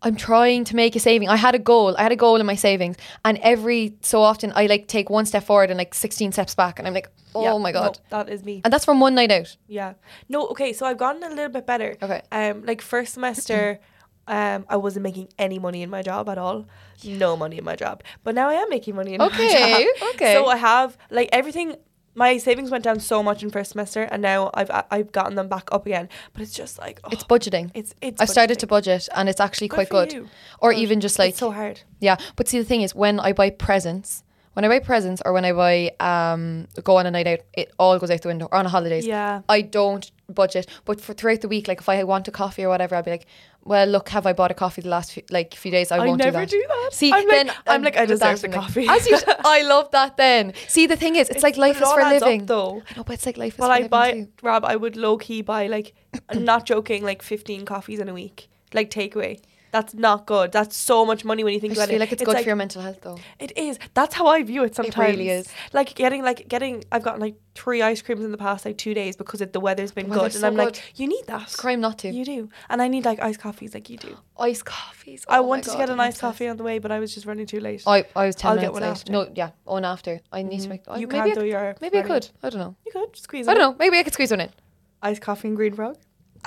Speaker 1: I'm trying to make a saving. I had a goal. I had a goal in my savings, and every so often I like take one step forward and like 16 steps back, and I'm like, oh
Speaker 2: Yeah,
Speaker 1: my
Speaker 2: no,
Speaker 1: god.
Speaker 2: that is me.
Speaker 1: And that's from one night out.
Speaker 2: Yeah. No, okay, so I've gotten a little bit better.
Speaker 1: Okay.
Speaker 2: Um like first semester um I wasn't making any money in my job at all. No money in my job. But now I am making money in my
Speaker 1: Okay,
Speaker 2: job.
Speaker 1: okay.
Speaker 2: So I have like everything my savings went down so much in first semester and now I've I've gotten them back up again. But it's just like oh,
Speaker 1: It's budgeting.
Speaker 2: it's it's
Speaker 1: I've started
Speaker 2: budgeting.
Speaker 1: to budget, and it's actually
Speaker 2: Good
Speaker 1: quite
Speaker 2: for
Speaker 1: good.
Speaker 2: you.
Speaker 1: Or
Speaker 2: Good.
Speaker 1: even just like
Speaker 2: it's so hard.
Speaker 1: Yeah, but see, the thing is, when I buy presents, when I buy presents or when I buy um go on a night out, it all goes out the window. Or on holidays,
Speaker 2: Yeah.
Speaker 1: I don't budget. But for throughout the week, like if I want a coffee or whatever, I'll be like, well, look, have I bought a coffee the last few, like few days? I,
Speaker 2: I
Speaker 1: won't
Speaker 2: never
Speaker 1: do that.
Speaker 2: do that.
Speaker 1: See,
Speaker 2: I'm like-
Speaker 1: then
Speaker 2: I'm like, I
Speaker 1: with
Speaker 2: deserve
Speaker 1: that,
Speaker 2: the
Speaker 1: I'm like,
Speaker 2: coffee.
Speaker 1: As you, should- I love that. Then see, the thing is, it's, like
Speaker 2: but
Speaker 1: life is
Speaker 2: it all
Speaker 1: for
Speaker 2: adds up,
Speaker 1: living.
Speaker 2: though.
Speaker 1: I know, but it's like life is.
Speaker 2: Well,
Speaker 1: for
Speaker 2: I
Speaker 1: living
Speaker 2: buy
Speaker 1: too.
Speaker 2: Rob. I would low key buy like, I'm not joking, like fifteen coffees in a week, like takeaway. That's not good. That's so much money when you
Speaker 1: I
Speaker 2: think
Speaker 1: just
Speaker 2: about
Speaker 1: feel
Speaker 2: it.
Speaker 1: like it's, good for your mental health, though.
Speaker 2: It is. That's how I view it sometimes.
Speaker 1: really is.
Speaker 2: Like getting like getting. I've gotten like three ice creams in the past like two days because it, the weather's been
Speaker 1: The
Speaker 2: good,
Speaker 1: weather's
Speaker 2: and
Speaker 1: so
Speaker 2: I'm
Speaker 1: good.
Speaker 2: like, you need that.
Speaker 1: It's a crime not to.
Speaker 2: You do, and I need like iced coffees, like you do.
Speaker 1: Iced coffees.
Speaker 2: I
Speaker 1: oh my
Speaker 2: wanted to
Speaker 1: God,
Speaker 2: get an
Speaker 1: I'm
Speaker 2: iced
Speaker 1: obsessed.
Speaker 2: coffee on the way, but I was just running too late.
Speaker 1: I, I was 10
Speaker 2: I'll
Speaker 1: minutes
Speaker 2: get one
Speaker 1: late.
Speaker 2: after. Mm-hmm.
Speaker 1: No, yeah, on after. I need to make. I,
Speaker 2: you
Speaker 1: maybe
Speaker 2: can't
Speaker 1: I,
Speaker 2: do your.
Speaker 1: Maybe I
Speaker 2: Friday.
Speaker 1: could. I don't know.
Speaker 2: You could squeeze.
Speaker 1: I
Speaker 2: in
Speaker 1: don't know. Maybe I could squeeze one in.
Speaker 2: Iced coffee and green frog.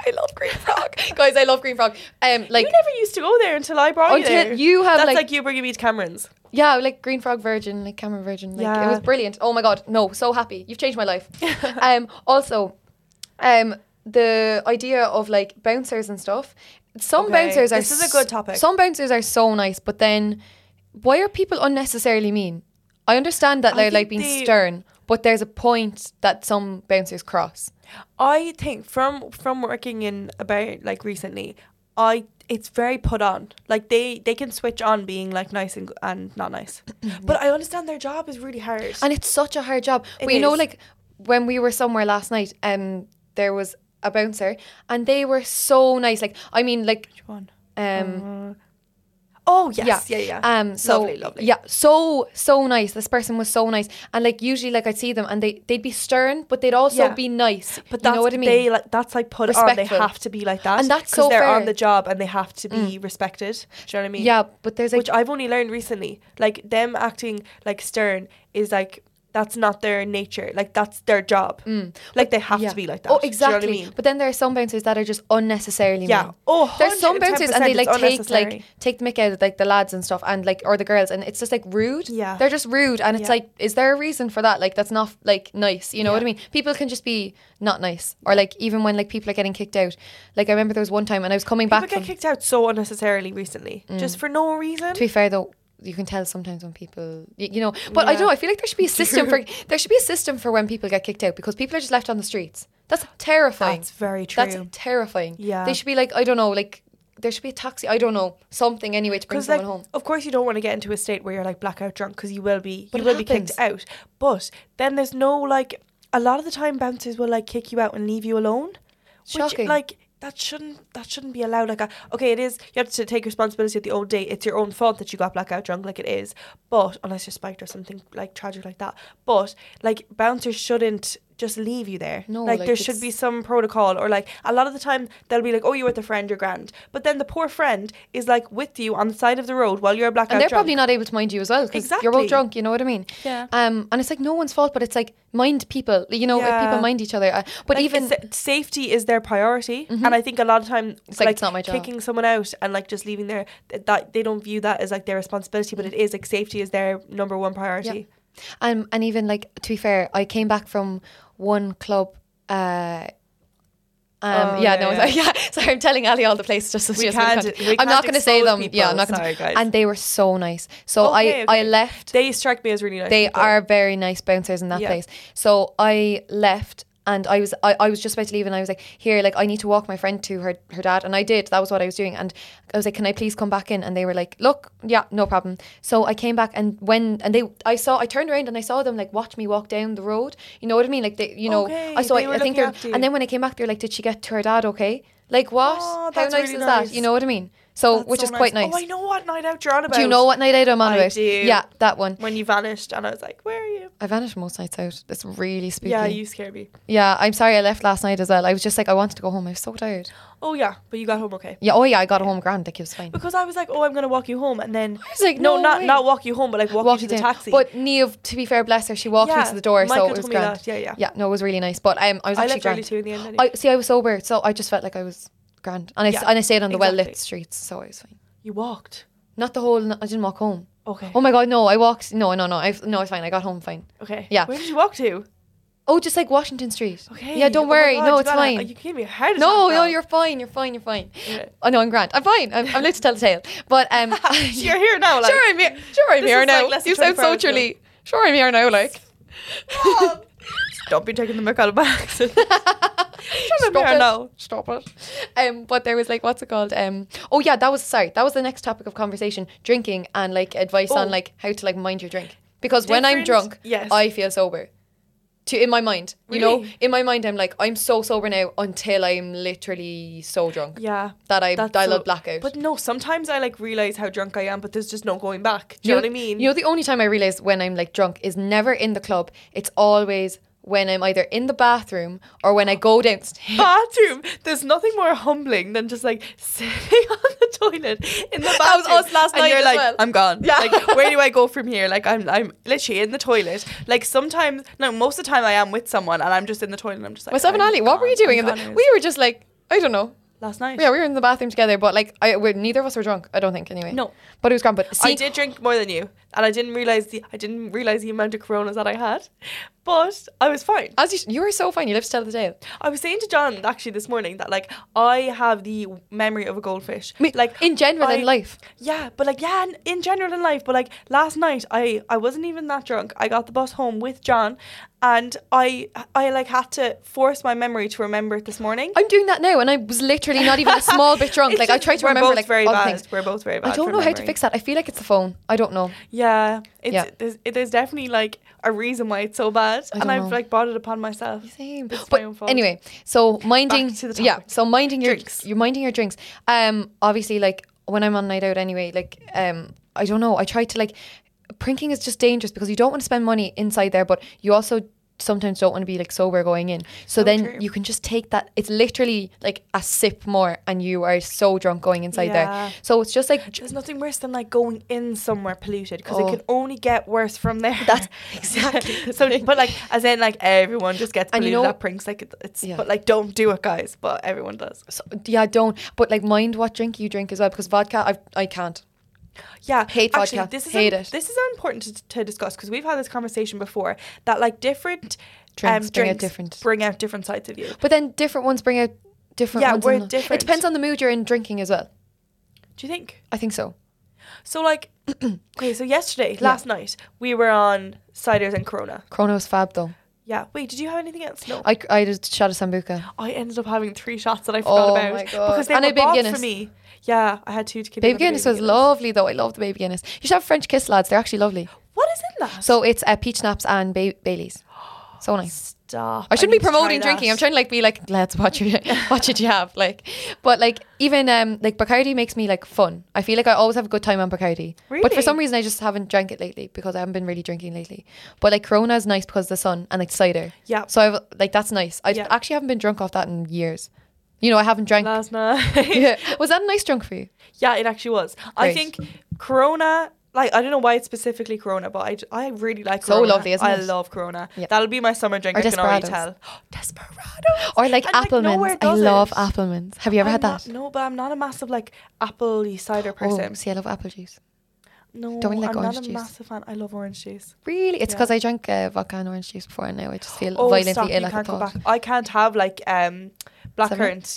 Speaker 1: I love Green Frog, guys. I love Green Frog. Um, like
Speaker 2: you never used to go there until I brought you
Speaker 1: Until
Speaker 2: there.
Speaker 1: you have,
Speaker 2: That's
Speaker 1: like-
Speaker 2: like, you bringing me to Cameron's.
Speaker 1: yeah, like Green Frog Virgin, like Cameron Virgin. Like it
Speaker 2: Yeah.
Speaker 1: was brilliant. Oh my god, no, so happy. You've changed my life. um, also, um, the idea of like bouncers and stuff. Some
Speaker 2: Okay,
Speaker 1: bouncers are.
Speaker 2: this is a
Speaker 1: s-
Speaker 2: good topic.
Speaker 1: Some bouncers are so nice, but then why are people unnecessarily mean? I understand that
Speaker 2: I
Speaker 1: they're like being
Speaker 2: think they-
Speaker 1: stern, but there's a point that some bouncers cross.
Speaker 2: I think from from working in about like recently, I it's very put on. Like they they can switch on being like nice and and not nice. but I understand their job is really hard.
Speaker 1: And it's such a hard job.
Speaker 2: It
Speaker 1: but you know,
Speaker 2: is.
Speaker 1: like when we were somewhere last night, um, there was a bouncer, and they were so nice. Like, I mean, like,
Speaker 2: Which one? Uh,
Speaker 1: um,
Speaker 2: Oh yes, yeah, yeah.
Speaker 1: um, so
Speaker 2: Mm. Ah, lovely, lovely.
Speaker 1: yeah, so so nice. This person was so nice, and like usually, like I'd see them, and they they'd be stern, but they'd also
Speaker 2: Yeah.
Speaker 1: be nice. you
Speaker 2: But that's
Speaker 1: know what I mean?
Speaker 2: they like that's like put on. They
Speaker 1: Respectful.
Speaker 2: have to be like that,
Speaker 1: And that's
Speaker 2: 'cause
Speaker 1: so
Speaker 2: they're
Speaker 1: fair. Mm.
Speaker 2: on the job and they have to be respected. Do you know what I mean?
Speaker 1: yeah, but there's like
Speaker 2: which I've only learned recently. Like them acting like stern is like that's not their nature. Like that's their job. Like they have
Speaker 1: Mm. Yeah.
Speaker 2: to be like that.
Speaker 1: Oh,
Speaker 2: Do you know what I
Speaker 1: exactly.
Speaker 2: mean?
Speaker 1: But then there are some bouncers that are just unnecessarily
Speaker 2: Yeah.
Speaker 1: mean.
Speaker 2: Oh,
Speaker 1: There's some
Speaker 2: 110%
Speaker 1: bouncers and they
Speaker 2: it's
Speaker 1: like take
Speaker 2: unnecessary.
Speaker 1: like take the mick out of like the lads and stuff and like or the girls and it's just like rude.
Speaker 2: Yeah.
Speaker 1: They're just rude and it's
Speaker 2: Yeah.
Speaker 1: like is there a reason for that? Like that's not like nice. You know what I
Speaker 2: Yeah.
Speaker 1: mean? People can just be not nice or like even when like people are getting kicked out. Like I remember there was one time and I was coming
Speaker 2: People
Speaker 1: back
Speaker 2: get
Speaker 1: from Mm.
Speaker 2: kicked out so unnecessarily recently, just for no reason.
Speaker 1: To be fair though, you can tell sometimes when people, y- you know, but I
Speaker 2: Yeah.
Speaker 1: don't know. I feel like there should be a system for there should be a system for when people get kicked out because people are just left on the streets. That's terrifying.
Speaker 2: That's very
Speaker 1: That's
Speaker 2: true.
Speaker 1: terrifying.
Speaker 2: Yeah.
Speaker 1: They should be like I don't know, like there should be a taxi. I don't know something anyway to bring
Speaker 2: Because
Speaker 1: someone
Speaker 2: like,
Speaker 1: home.
Speaker 2: of course, you don't want to get into a state where you're like blackout drunk because you will be,
Speaker 1: But
Speaker 2: you
Speaker 1: it
Speaker 2: will be kicked
Speaker 1: happens.
Speaker 2: out. But then there's no like, a lot of the time bouncers will like kick you out and leave you alone.
Speaker 1: Shocking.
Speaker 2: Which, like that shouldn't that shouldn't be allowed. Like, I, okay, it is. You have to take responsibility at the old day. It's your own fault that you got blackout drunk. Like it is. But unless you're spiked or something like tragic like that. But like bouncers shouldn't just leave you there.
Speaker 1: No,
Speaker 2: like,
Speaker 1: like,
Speaker 2: there should
Speaker 1: it's-
Speaker 2: be some protocol or like a lot of the time they'll be like, oh, you're with a friend, you're grand. But then the poor friend is like with you on the side of the road while you're a blackout.
Speaker 1: And they're
Speaker 2: drunk.
Speaker 1: probably not able to mind you as well because you're all
Speaker 2: Exactly.
Speaker 1: drunk. You know what I mean?
Speaker 2: Yeah.
Speaker 1: Um, and it's like no one's fault, but it's like mind people. You know, if
Speaker 2: Yeah.
Speaker 1: people mind each other. Uh, but
Speaker 2: Like,
Speaker 1: even Mm-hmm.
Speaker 2: it's- safety is their priority, and I think a lot of time
Speaker 1: It's like, it's not my job.
Speaker 2: kicking someone out and like just leaving their th- that they don't view that as like their responsibility, but it is like safety is their number one priority.
Speaker 1: Um, and even like to be fair, I came back from one club. Uh, um,
Speaker 2: Oh,
Speaker 1: yeah,
Speaker 2: yeah,
Speaker 1: no,
Speaker 2: yeah.
Speaker 1: yeah. Sorry, I'm telling Ali all the places just so
Speaker 2: We
Speaker 1: she doesn't
Speaker 2: can't-
Speaker 1: contact-
Speaker 2: we
Speaker 1: I'm not
Speaker 2: can't
Speaker 1: going to say
Speaker 2: expose
Speaker 1: them. Yeah, I'm
Speaker 2: people.
Speaker 1: not going
Speaker 2: Sorry, guys.
Speaker 1: to. And they were so nice. So
Speaker 2: Okay,
Speaker 1: I, I
Speaker 2: okay.
Speaker 1: left.
Speaker 2: They strike me as really nice.
Speaker 1: They
Speaker 2: people.
Speaker 1: are very nice bouncers in that
Speaker 2: Yeah.
Speaker 1: place. So I left and I was I, I was just about to leave and I was like, here, like I need to walk my friend to her her dad and I did. That was what I was doing. And I was like, Can I please come back in? And they were like, Look, yeah, no problem. So I came back and when and they I saw I turned around and I saw them like watch me walk down the road. You know what I mean? Like they you know
Speaker 2: Okay,
Speaker 1: I saw
Speaker 2: they
Speaker 1: I,
Speaker 2: were
Speaker 1: I think
Speaker 2: looking
Speaker 1: they're
Speaker 2: after you.
Speaker 1: and then when I came back they're like, Did she get to her dad okay? Like what?
Speaker 2: Aw,
Speaker 1: How
Speaker 2: that's
Speaker 1: nice
Speaker 2: really
Speaker 1: is
Speaker 2: nice.
Speaker 1: that? You know what I mean? So
Speaker 2: That's
Speaker 1: which
Speaker 2: so
Speaker 1: is quite nice.
Speaker 2: Oh, I know what night out you're on about.
Speaker 1: Do you know what night out I'm on
Speaker 2: I
Speaker 1: about?
Speaker 2: do.
Speaker 1: Yeah, that one.
Speaker 2: when you vanished? And I was like, where are you?
Speaker 1: I vanished most nights out. It's really spooky.
Speaker 2: Yeah, you scare me.
Speaker 1: Yeah, I'm sorry I left last night as well. I was just like I wanted to go home. I was so tired.
Speaker 2: Oh yeah, but you got home okay.
Speaker 1: Yeah, oh yeah, I got home grand. Like it was fine.
Speaker 2: Because I was like, oh, I'm gonna walk you home, and then
Speaker 1: was like, no
Speaker 2: not
Speaker 1: way.
Speaker 2: not walk you home, but like walk,
Speaker 1: Walked
Speaker 2: you to the
Speaker 1: down.
Speaker 2: taxi.
Speaker 1: But Neve, to be fair, bless her, she walked me
Speaker 2: Yeah,
Speaker 1: to the door, so
Speaker 2: Michael
Speaker 1: it was
Speaker 2: told me
Speaker 1: grand.
Speaker 2: that, yeah, yeah.
Speaker 1: no, it was really nice. But um, I was
Speaker 2: I
Speaker 1: actually
Speaker 2: left early
Speaker 1: grand.
Speaker 2: too in the end. Anyway.
Speaker 1: I see, I was sober, so I just felt like I was grand, and I s-
Speaker 2: Yeah,
Speaker 1: and I stayed on the well lit
Speaker 2: exactly.
Speaker 1: streets, so I was fine.
Speaker 2: you walked.
Speaker 1: Not the whole. n- I didn't walk home.
Speaker 2: Okay.
Speaker 1: Oh my god, no! I walked. No, no, no. I no, it's fine. I got home fine.
Speaker 2: Okay.
Speaker 1: Yeah.
Speaker 2: Where did you walk to?
Speaker 1: Oh, just like Washington Street.
Speaker 2: Okay.
Speaker 1: Yeah, don't
Speaker 2: Oh my
Speaker 1: worry.
Speaker 2: God,
Speaker 1: no,
Speaker 2: you
Speaker 1: it's
Speaker 2: gotta-
Speaker 1: fine.
Speaker 2: You gave me a heart attack.
Speaker 1: No, no,
Speaker 2: now.
Speaker 1: you're fine. You're fine. You're fine.
Speaker 2: Okay.
Speaker 1: Oh no, I'm grand. I'm fine. I'm, I'm allowed to tell the tale. But um,
Speaker 2: You're here now, like.
Speaker 1: sure I'm here. Sure I'm
Speaker 2: This
Speaker 1: here
Speaker 2: is
Speaker 1: now.
Speaker 2: like less than
Speaker 1: you sound
Speaker 2: 24
Speaker 1: so
Speaker 2: hours ago.
Speaker 1: chilly. Sure I'm here now. Like.
Speaker 2: Stop. Don't be taking the milk out of my accent. I'm
Speaker 1: Stop
Speaker 2: here
Speaker 1: it.
Speaker 2: now.
Speaker 1: Stop it. Um, but there was like, what's it called? Um, oh yeah, that was sorry. That was the next topic of conversation: drinking and like advice
Speaker 2: Oh.
Speaker 1: on like how to like mind your drink. Because when I'm
Speaker 2: Different-
Speaker 1: drunk,
Speaker 2: yes.
Speaker 1: I feel sober. To in my mind, you know,
Speaker 2: Really?
Speaker 1: in my mind, I'm like, I'm so sober now until I'm literally so drunk
Speaker 2: Yeah.
Speaker 1: that I
Speaker 2: that's
Speaker 1: dial
Speaker 2: so-
Speaker 1: up blackout.
Speaker 2: But no, sometimes I like realize how drunk I am, but there's just no going back. Do you know what I mean?
Speaker 1: You know, the only time I realize when I'm like drunk is never in the club. It's always when I'm either in the bathroom or when I go downstairs.
Speaker 2: bathroom. There's nothing more humbling than just like sitting on the toilet in the bathroom.
Speaker 1: That was us last
Speaker 2: and
Speaker 1: night
Speaker 2: You're
Speaker 1: as
Speaker 2: like,
Speaker 1: well.
Speaker 2: I'm gone.
Speaker 1: Yeah.
Speaker 2: Like, where do I go from here? Like, I'm I'm literally in the toilet. Like sometimes, no, most of the time I am with someone and I'm just in the toilet. and I'm just like,
Speaker 1: Myself and
Speaker 2: I'm
Speaker 1: Ali, what were you
Speaker 2: gone.
Speaker 1: doing? in
Speaker 2: I'm
Speaker 1: the-
Speaker 2: gone. It was
Speaker 1: we were just like, I don't know.
Speaker 2: last night.
Speaker 1: Yeah, we were in the bathroom together, but like, I we neither of us were drunk. I don't think anyway.
Speaker 2: No.
Speaker 1: but it was grand. But see,
Speaker 2: I did drink more than you, and I didn't realize the I didn't realize the amount of Coronas that I had, but I was fine.
Speaker 1: as you, sh- you were so fine. You lived to tell the tale.
Speaker 2: I was saying to John actually this morning that like I have the memory of a goldfish. like
Speaker 1: in general in
Speaker 2: I-
Speaker 1: life.
Speaker 2: Yeah, but like yeah, in, in general in life, but like last night I I wasn't even that drunk. I got the bus home with John, and I I like had to force my memory to remember it this morning.
Speaker 1: I'm doing that now, and I was literally not even a small bit drunk.
Speaker 2: It's
Speaker 1: Like I
Speaker 2: just-
Speaker 1: tried to
Speaker 2: we're
Speaker 1: remember
Speaker 2: both
Speaker 1: like
Speaker 2: very
Speaker 1: all
Speaker 2: bad.
Speaker 1: things.
Speaker 2: We're both very bad.
Speaker 1: I don't
Speaker 2: for
Speaker 1: know how to
Speaker 2: memory.
Speaker 1: fix that. I feel like it's the phone. I don't know.
Speaker 2: Yeah, it's
Speaker 1: Yeah.
Speaker 2: There's, it, there's definitely like a reason why it's so bad,
Speaker 1: I
Speaker 2: and
Speaker 1: don't
Speaker 2: I've
Speaker 1: know.
Speaker 2: like brought it upon myself.
Speaker 1: Same.
Speaker 2: It's
Speaker 1: but
Speaker 2: my own fault.
Speaker 1: anyway, so minding
Speaker 2: to the
Speaker 1: yeah,
Speaker 2: topic.
Speaker 1: so minding your
Speaker 2: Drinks.
Speaker 1: you're minding your drinks. Um obviously like when I'm on night out anyway, like um I don't know, I try to like prinking is just dangerous because you don't want to spend money inside there, but you also sometimes don't want to be like sober going in. So
Speaker 2: So
Speaker 1: then
Speaker 2: true.
Speaker 1: you can just take that. It's literally like a sip more, and you are so drunk going inside
Speaker 2: Yeah.
Speaker 1: there. So it's just like
Speaker 2: There's nothing worse than like going in somewhere polluted because
Speaker 1: Oh.
Speaker 2: it can only get worse from there.
Speaker 1: That's exactly the
Speaker 2: so.
Speaker 1: thing.
Speaker 2: But like, as in, like everyone just gets
Speaker 1: And
Speaker 2: polluted
Speaker 1: you know-
Speaker 2: at Prinks. Like it- it's,
Speaker 1: Yeah.
Speaker 2: but like don't do it, guys. But everyone does.
Speaker 1: so, yeah, don't. But like mind what drink you drink as well, because vodka, I I can't.
Speaker 2: Yeah,
Speaker 1: Hate
Speaker 2: actually,
Speaker 1: vodka.
Speaker 2: This is
Speaker 1: Hate
Speaker 2: im-
Speaker 1: it.
Speaker 2: This is important to, to discuss because we've had this conversation before that like different
Speaker 1: Drinks
Speaker 2: um,
Speaker 1: bring out
Speaker 2: drinks
Speaker 1: different-
Speaker 2: bring out different sides of you.
Speaker 1: But then different ones bring out different.
Speaker 2: Yeah,
Speaker 1: ones
Speaker 2: we're
Speaker 1: in the-
Speaker 2: different.
Speaker 1: It depends on the mood you're in drinking as well.
Speaker 2: Do you think?
Speaker 1: I think so.
Speaker 2: So like, okay, so yesterday, last night, we were on ciders and Corona.
Speaker 1: Corona was fab though.
Speaker 2: Yeah. Wait, did you have anything else? No.
Speaker 1: I I did a shot of sambuca.
Speaker 2: I ended up having three shots that I forgot
Speaker 1: Oh
Speaker 2: about
Speaker 1: my God.
Speaker 2: because they
Speaker 1: And I
Speaker 2: were
Speaker 1: had Babe
Speaker 2: bought
Speaker 1: Guinness.
Speaker 2: for me. Yeah, I had two to keep.
Speaker 1: Baby Guinness was lovely though. I love the baby Guinness. You should have French kiss lads. They're actually lovely.
Speaker 2: What is in that?
Speaker 1: So it's uh, peach naps and ba- Baileys. So nice.
Speaker 2: stop.
Speaker 1: I shouldn't
Speaker 2: need
Speaker 1: be
Speaker 2: to try
Speaker 1: promoting
Speaker 2: that.
Speaker 1: drinking. I'm trying to like be like, lads, what you what should you have? Like, but like even um like Bacardi makes me like fun. I feel like I always have a good time on Bacardi. But for
Speaker 2: Really?
Speaker 1: some reason, I just haven't drank it lately because I haven't been really drinking lately. But like Corona is nice because of the sun and like cider.
Speaker 2: Yeah.
Speaker 1: So I've like that's nice. I
Speaker 2: Yeah.
Speaker 1: actually haven't been drunk off that in years. You know, I haven't drank.
Speaker 2: Last night.
Speaker 1: yeah. Was that a nice drunk for you?
Speaker 2: Yeah, it actually was. I
Speaker 1: Great.
Speaker 2: think Corona. Like I don't know why it's specifically Corona, but I, j- I really like
Speaker 1: So
Speaker 2: Corona.
Speaker 1: lovely, isn't
Speaker 2: I
Speaker 1: it?
Speaker 2: love Corona.
Speaker 1: Yeah.
Speaker 2: That'll be my summer drink.
Speaker 1: Or
Speaker 2: I can already
Speaker 1: Desperados.
Speaker 2: tell. Desperados.
Speaker 1: Or like
Speaker 2: And,
Speaker 1: Applemans.
Speaker 2: nowhere
Speaker 1: I
Speaker 2: does
Speaker 1: love
Speaker 2: it.
Speaker 1: Applemans. Have you ever
Speaker 2: I'm
Speaker 1: had
Speaker 2: not-
Speaker 1: that?
Speaker 2: no, but I'm not a massive like apple cider person.
Speaker 1: Oh, see, I love apple juice.
Speaker 2: no,
Speaker 1: don't really like
Speaker 2: I'm
Speaker 1: orange
Speaker 2: not a
Speaker 1: juice.
Speaker 2: massive fan. I love orange juice.
Speaker 1: Really? It's
Speaker 2: Yeah.
Speaker 1: because I drank uh, vodka and orange juice before, and now I just feel
Speaker 2: Oh,
Speaker 1: violently
Speaker 2: stop,
Speaker 1: ill
Speaker 2: you
Speaker 1: at the
Speaker 2: can't go
Speaker 1: thought.
Speaker 2: back. I can't have like um blackcurrant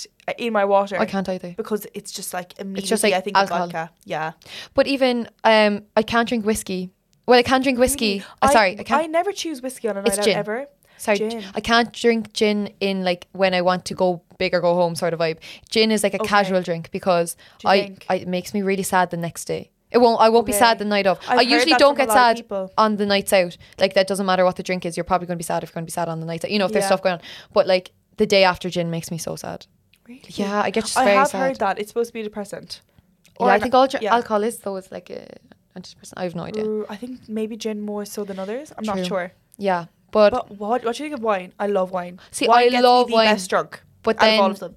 Speaker 2: in my water.
Speaker 1: I can't either.
Speaker 2: because it's just like immediately.
Speaker 1: just, like,
Speaker 2: I think
Speaker 1: alcohol.
Speaker 2: of vodka. Yeah.
Speaker 1: But even um, I can't drink whiskey. Well, I can't drink whiskey. Uh, sorry, I can't.
Speaker 2: Mm. never choose whiskey on a night
Speaker 1: It's
Speaker 2: out
Speaker 1: gin.
Speaker 2: ever.
Speaker 1: sorry, j-
Speaker 2: gin.
Speaker 1: I can't drink gin in like when I want to go big or go home sort of vibe. Gin is like a
Speaker 2: Okay.
Speaker 1: casual drink because
Speaker 2: Do you
Speaker 1: I,
Speaker 2: think?
Speaker 1: I it makes me really sad the next day. It won't. I won't be sad
Speaker 2: Okay.
Speaker 1: the night of.
Speaker 2: I've
Speaker 1: I
Speaker 2: heard
Speaker 1: usually
Speaker 2: that
Speaker 1: don't
Speaker 2: from a
Speaker 1: get
Speaker 2: lot
Speaker 1: sad
Speaker 2: of people.
Speaker 1: on the nights out. Like that doesn't matter what the drink is. You're probably going to be sad if you're going to be sad on the nights out. You know if there's
Speaker 2: Yeah.
Speaker 1: stuff going on. But like the day after gin makes me so sad.
Speaker 2: Really?
Speaker 1: Yeah, I get just
Speaker 2: I
Speaker 1: very
Speaker 2: have
Speaker 1: sad.
Speaker 2: heard that it's supposed to be a depressant.
Speaker 1: Yeah,
Speaker 2: Or
Speaker 1: I
Speaker 2: an-
Speaker 1: think all dr-
Speaker 2: yeah. Mm.
Speaker 1: alcohol is though is like a antidepressant. I have no idea.
Speaker 2: Ooh, I think maybe gin more so than others. I'm
Speaker 1: True.
Speaker 2: not sure.
Speaker 1: Yeah, but
Speaker 2: But what what do you think of wine? I love wine.
Speaker 1: See,
Speaker 2: wine
Speaker 1: I
Speaker 2: gets
Speaker 1: love
Speaker 2: me the
Speaker 1: wine,
Speaker 2: Best drunk.
Speaker 1: but
Speaker 2: out of all
Speaker 1: then
Speaker 2: of them.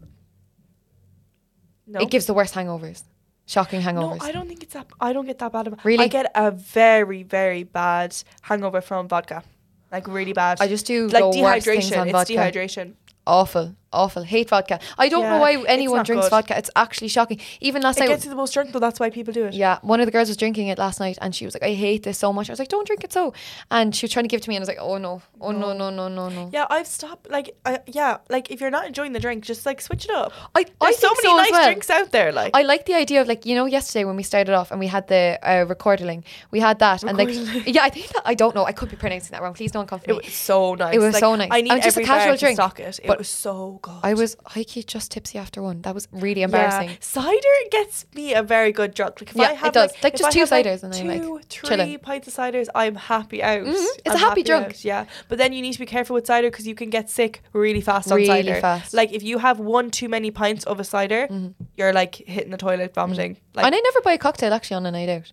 Speaker 2: No.
Speaker 1: it gives the worst hangovers, shocking
Speaker 2: No,
Speaker 1: hangovers.
Speaker 2: I don't think it's that. I don't get that bad. Of,
Speaker 1: Really?
Speaker 2: I get a very, very bad hangover from vodka, like really bad.
Speaker 1: I just do
Speaker 2: like
Speaker 1: the
Speaker 2: dehydration.
Speaker 1: worst things on
Speaker 2: it's
Speaker 1: vodka.
Speaker 2: dehydration.
Speaker 1: awful, awful. Hate vodka. I don't know
Speaker 2: Yeah,
Speaker 1: why
Speaker 2: it's
Speaker 1: anyone
Speaker 2: not
Speaker 1: drinks
Speaker 2: good.
Speaker 1: vodka. It's actually shocking. Even last
Speaker 2: it
Speaker 1: night,
Speaker 2: gets you the most drunk, though. That's why people do it.
Speaker 1: yeah, one of the girls was drinking it last night, and she was like, "I hate this so much." I was like, "Don't drink it so," and she was trying to give it to me, and I was like, "Oh no, oh no, no, no, no, no."
Speaker 2: Yeah, I've stopped. Like, I, yeah, like if you're not enjoying the drink, just like switch it up.
Speaker 1: I, I
Speaker 2: There's so
Speaker 1: think
Speaker 2: many
Speaker 1: so as
Speaker 2: nice
Speaker 1: well.
Speaker 2: drinks out there. Like,
Speaker 1: I like the idea of like you know yesterday when we started off and we had the uh, recordling, we had that and like
Speaker 2: Recordling.
Speaker 1: yeah, I think that I don't know. I could be pronouncing that wrong. Please don't come for
Speaker 2: it
Speaker 1: me.
Speaker 2: was so nice.
Speaker 1: was
Speaker 2: Like,
Speaker 1: so nice.
Speaker 2: I need
Speaker 1: And just a
Speaker 2: every bar
Speaker 1: casual
Speaker 2: to
Speaker 1: drink,
Speaker 2: Stock it. It
Speaker 1: but
Speaker 2: was so good.
Speaker 1: I was high key just tipsy after one. That was really
Speaker 2: Yeah.
Speaker 1: embarrassing.
Speaker 2: Cider gets me a very good drunk. Like if
Speaker 1: Yeah,
Speaker 2: I
Speaker 1: it
Speaker 2: have
Speaker 1: does.
Speaker 2: like,
Speaker 1: Like,
Speaker 2: if
Speaker 1: just
Speaker 2: I
Speaker 1: two
Speaker 2: have,
Speaker 1: ciders and I'm, like,
Speaker 2: two, three
Speaker 1: chilling.
Speaker 2: pints of ciders, I'm happy out.
Speaker 1: Mhm. It's
Speaker 2: I'm
Speaker 1: a happy drunk.
Speaker 2: out, yeah, but then you need to be careful with cider because you can get sick really fast
Speaker 1: Really
Speaker 2: on cider.
Speaker 1: fast. Mm-hmm.
Speaker 2: Like if you have one too many pints of a cider, you're like hitting the toilet, vomiting. Like
Speaker 1: and I never buy a cocktail actually on a night out.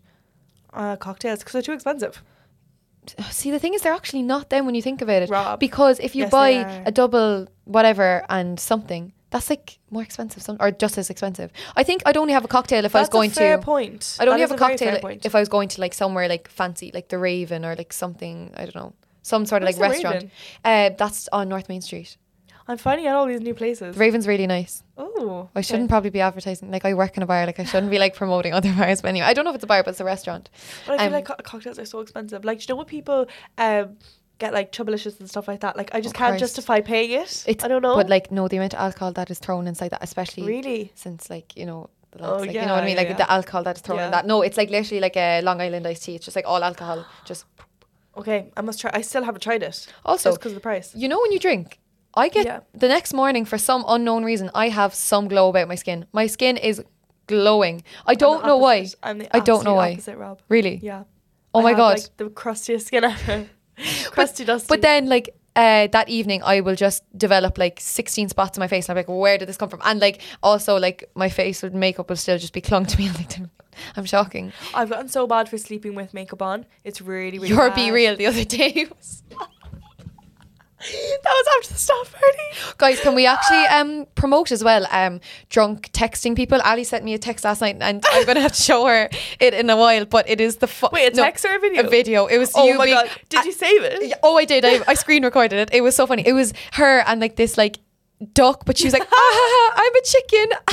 Speaker 2: uh, cocktails because they're too expensive.
Speaker 1: See, the thing is, they're actually not them when you think about it.
Speaker 2: Rob.
Speaker 1: Because if you
Speaker 2: Yes, they
Speaker 1: buy
Speaker 2: are.
Speaker 1: a double whatever and something, that's like more expensive, some, or just as expensive. I think I'd only have a cocktail if I was
Speaker 2: That's
Speaker 1: going
Speaker 2: a fair
Speaker 1: to.
Speaker 2: point.
Speaker 1: I'd only
Speaker 2: That
Speaker 1: have
Speaker 2: is
Speaker 1: a
Speaker 2: very
Speaker 1: cocktail
Speaker 2: fair point.
Speaker 1: if I was going to like somewhere like fancy, like the Raven or like something. I don't know, some sort of
Speaker 2: Where's
Speaker 1: like
Speaker 2: the
Speaker 1: restaurant. Uh, that's on North Main Street.
Speaker 2: I'm finding out all these new places.
Speaker 1: The Raven's really nice.
Speaker 2: Oh,
Speaker 1: I shouldn't probably be advertising. Like I work in a bar. Like I shouldn't be like promoting other bars. But anyway, I don't know if it's a bar, but it's a restaurant.
Speaker 2: But I feel
Speaker 1: Um,
Speaker 2: like co- cocktails are so expensive. Like, do you know what people um, get like chubalicious and stuff like that? Like, I just
Speaker 1: Oh,
Speaker 2: can't
Speaker 1: Christ.
Speaker 2: justify paying it.
Speaker 1: It's,
Speaker 2: I don't know.
Speaker 1: But like, no, the amount of alcohol that is thrown inside that, especially
Speaker 2: really?
Speaker 1: since like you know, the
Speaker 2: Oh,
Speaker 1: lads, like, you know what I
Speaker 2: yeah,
Speaker 1: mean,
Speaker 2: yeah,
Speaker 1: like
Speaker 2: yeah.
Speaker 1: the alcohol that's thrown
Speaker 2: Yeah.
Speaker 1: in that. No, it's like literally like a Long Island iced tea. It's just like all alcohol. Just
Speaker 2: Okay, I must try. I still haven't tried it.
Speaker 1: also
Speaker 2: because of the price.
Speaker 1: You know when you drink, I get
Speaker 2: Yeah.
Speaker 1: the next morning for some unknown reason I have some glow about my skin. My skin is glowing. I don't know why.
Speaker 2: i I'm the
Speaker 1: I don't know
Speaker 2: absolute
Speaker 1: why.
Speaker 2: Opposite, Rob.
Speaker 1: Really?
Speaker 2: Yeah.
Speaker 1: Oh
Speaker 2: I
Speaker 1: my
Speaker 2: have,
Speaker 1: god.
Speaker 2: Like the crustiest skin ever. Crusty dusty.
Speaker 1: But then like uh, that evening, I will just develop like 16 spots on my face. And I'm like, where did this come from? And like, also, like, my face with makeup will still just be clung to me. I'm like, I'm shocking.
Speaker 2: I've gotten so bad for sleeping with makeup on. It's really really.
Speaker 1: Your
Speaker 2: bad.
Speaker 1: Be Real the other day. was-
Speaker 2: that was after the staff party.
Speaker 1: Guys, can we actually um, promote as well um, drunk texting people? Ali sent me a text last night and I'm going to have to show her it in a while, but it is the fu-
Speaker 2: Wait, a text or a video?
Speaker 1: A video. It was
Speaker 2: Oh
Speaker 1: you
Speaker 2: my
Speaker 1: being-
Speaker 2: god! Did you save it?
Speaker 1: Yeah, Oh, I did. I, I screen recorded it. It was so funny. It was her and like this like duck, but she was like, ah, I'm a chicken.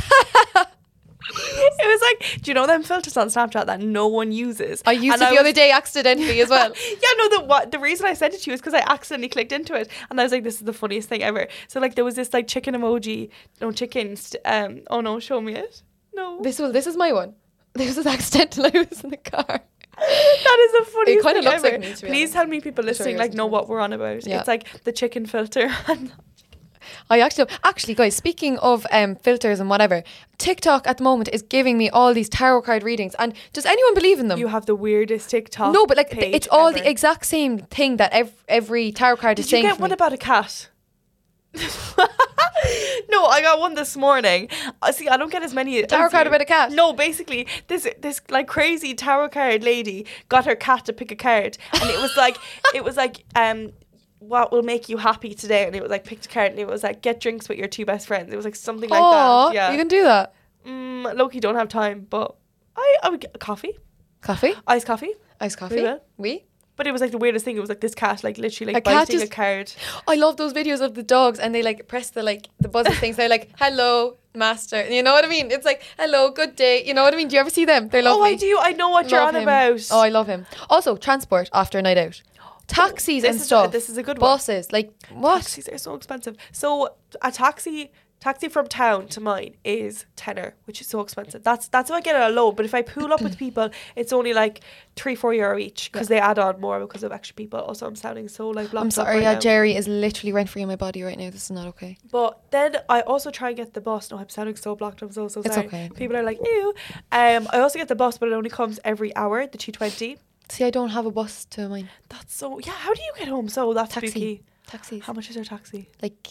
Speaker 2: It was like, do you know them filters on Snapchat that no one uses?
Speaker 1: I used
Speaker 2: And
Speaker 1: it the
Speaker 2: was-
Speaker 1: other day accidentally as well.
Speaker 2: yeah, no. The what the reason I sent it to you is because I accidentally clicked into it, and I was like, "This is the funniest thing ever." So like, there was this like chicken emoji, no chicken. St- um, oh no, show me it. No,
Speaker 1: This was this is my one. This is accidental. I was in the car.
Speaker 2: that is the funniest.
Speaker 1: kinda
Speaker 2: thing
Speaker 1: looks like
Speaker 2: ever.
Speaker 1: me, to be
Speaker 2: Please
Speaker 1: honest.
Speaker 2: tell me people
Speaker 1: sure
Speaker 2: listening
Speaker 1: yours
Speaker 2: like
Speaker 1: is
Speaker 2: know
Speaker 1: too.
Speaker 2: what we're on about.
Speaker 1: Yeah.
Speaker 2: It's like the chicken filter. and-
Speaker 1: I actually actually guys, speaking of um, filters and whatever, TikTok at the moment is giving me all these tarot card readings. And does anyone believe in them?
Speaker 2: you have the weirdest TikTok.
Speaker 1: no, but like th-
Speaker 2: page
Speaker 1: it's all
Speaker 2: ever.
Speaker 1: the exact same thing that every, every tarot card is
Speaker 2: Did you
Speaker 1: saying.
Speaker 2: get
Speaker 1: for
Speaker 2: one
Speaker 1: me.
Speaker 2: about a cat? no, I got one this morning. I see. I don't get as many
Speaker 1: Tarot
Speaker 2: as
Speaker 1: card
Speaker 2: you.
Speaker 1: about a cat?
Speaker 2: No, basically, this this like crazy tarot card lady got her cat to pick a card, and it was like it was like um. What will make you happy today? And it was like picked a card, and it was like get drinks with your two best friends. It was like something like
Speaker 1: Aw,
Speaker 2: that. Yeah.
Speaker 1: you can do that.
Speaker 2: mm, Loki don't have time, but I I would get a coffee,
Speaker 1: Coffee,
Speaker 2: iced coffee.
Speaker 1: iced coffee.
Speaker 2: will.
Speaker 1: we?
Speaker 2: But it was like the weirdest thing. It was like this cat, like literally
Speaker 1: A
Speaker 2: like
Speaker 1: cat
Speaker 2: biting
Speaker 1: just-
Speaker 2: a card.
Speaker 1: I love those videos of the dogs and they like press the like the buzzer things. They're like, "Hello, master." You know what I mean? It's like, "Hello, good day." You know what I mean? Do you ever see them? They're lovely.
Speaker 2: Oh, I do. I know what you're
Speaker 1: Love
Speaker 2: on
Speaker 1: him.
Speaker 2: about. Oh,
Speaker 1: Oh, I love him. Also, transport after a night out, taxis
Speaker 2: this
Speaker 1: and
Speaker 2: is a-
Speaker 1: stuff.
Speaker 2: this is a good one.
Speaker 1: Buses, like what?
Speaker 2: Taxis are so expensive. So a taxi taxi from town to mine is tenner, which is so expensive. That's that's how I get it alone. But if I pool up with people, it's only like three four euro each because they add on more because of extra people. Also, I'm sounding so like
Speaker 1: I'm
Speaker 2: blocked up
Speaker 1: sorry,
Speaker 2: right
Speaker 1: yeah,
Speaker 2: now.
Speaker 1: Jerry is literally rent free in my body right now. This is not okay.
Speaker 2: But then I also try and get the bus. No, I'm sounding so blocked. I'm so so
Speaker 1: It's
Speaker 2: sorry.
Speaker 1: okay.
Speaker 2: People are like ew. Um, I also get the bus, but it only comes every hour. The two twenty.
Speaker 1: See, I don't have a bus to mine.
Speaker 2: That's so yeah. How do you get home? So that's
Speaker 1: Taxi.
Speaker 2: spooky.
Speaker 1: Taxis,
Speaker 2: How much is your taxi?
Speaker 1: like,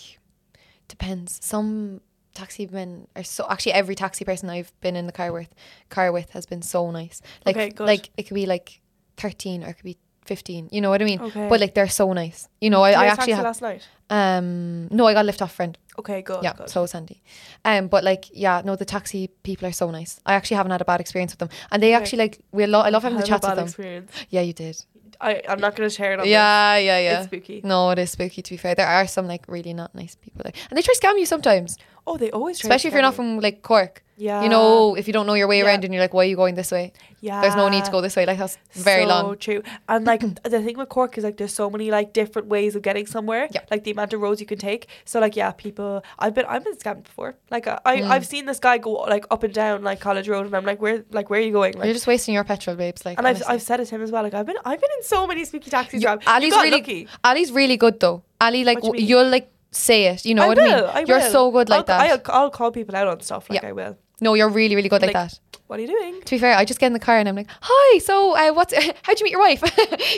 Speaker 1: depends. Some taxi men are so. Actually, every taxi person I've been in the car with, car with, has been so nice. Like,
Speaker 2: Okay, good.
Speaker 1: like it could be like thirteen or it could be fifteen. You know what I mean?
Speaker 2: Okay.
Speaker 1: But like they're so nice. You know, I,
Speaker 2: Did you
Speaker 1: I
Speaker 2: get a
Speaker 1: actually
Speaker 2: taxi
Speaker 1: have.
Speaker 2: last night.
Speaker 1: Um, no, I got a lift off friend.
Speaker 2: Okay, good.
Speaker 1: yeah,
Speaker 2: good.
Speaker 1: so sandy. Um, but like, yeah, no, the taxi people are so nice. I actually haven't had a bad experience with them, and they
Speaker 2: Okay.
Speaker 1: actually like we lo- I love having
Speaker 2: I
Speaker 1: the
Speaker 2: had a
Speaker 1: chats with
Speaker 2: bad
Speaker 1: them.
Speaker 2: experience.
Speaker 1: Yeah, you did.
Speaker 2: I, I'm not going to share it on
Speaker 1: Yeah, yeah, yeah.
Speaker 2: It's spooky.
Speaker 1: No, it is spooky. To be fair, there are some like really not nice people there, and they try to scam you sometimes,
Speaker 2: this. Oh, they always try to
Speaker 1: especially if you're not
Speaker 2: scam
Speaker 1: from like Cork.
Speaker 2: you. Yeah.
Speaker 1: You know, if you don't know your way
Speaker 2: Yeah.
Speaker 1: around and you're like, why are you going this way?
Speaker 2: yeah.
Speaker 1: There's no need to go this way. Like that's very
Speaker 2: so
Speaker 1: long.
Speaker 2: true. And like the thing with Cork is like there's so many like different ways of getting somewhere.
Speaker 1: Yeah.
Speaker 2: Like the amount of roads you can take. So like yeah, people I've been I've been scammed before. Like uh, I, I
Speaker 1: Mm.
Speaker 2: I've seen this guy go like up and down like College Road and I'm like where like where are you going? Like
Speaker 1: You're just wasting your petrol, babes. Like,
Speaker 2: and I've,
Speaker 1: honestly.
Speaker 2: I've said it to him as well. Like I've been I've been in so many spooky taxis.
Speaker 1: You-
Speaker 2: Rob. You
Speaker 1: Ali's
Speaker 2: got
Speaker 1: really
Speaker 2: lucky.
Speaker 1: Ali's really good though. Ali, like
Speaker 2: What do you
Speaker 1: w-
Speaker 2: mean?
Speaker 1: you'll like say it. You know
Speaker 2: I
Speaker 1: what
Speaker 2: will.
Speaker 1: I mean?
Speaker 2: I
Speaker 1: you're
Speaker 2: will.
Speaker 1: so good like
Speaker 2: I'll,
Speaker 1: that.
Speaker 2: I'll, I'll call people out on stuff. Like
Speaker 1: Yeah.
Speaker 2: I will.
Speaker 1: No, you're really, really good like,
Speaker 2: Like-
Speaker 1: that.
Speaker 2: What are you doing?
Speaker 1: To be fair, I just get in the car and I'm like, "Hi, so uh, what's how'd you meet your wife?"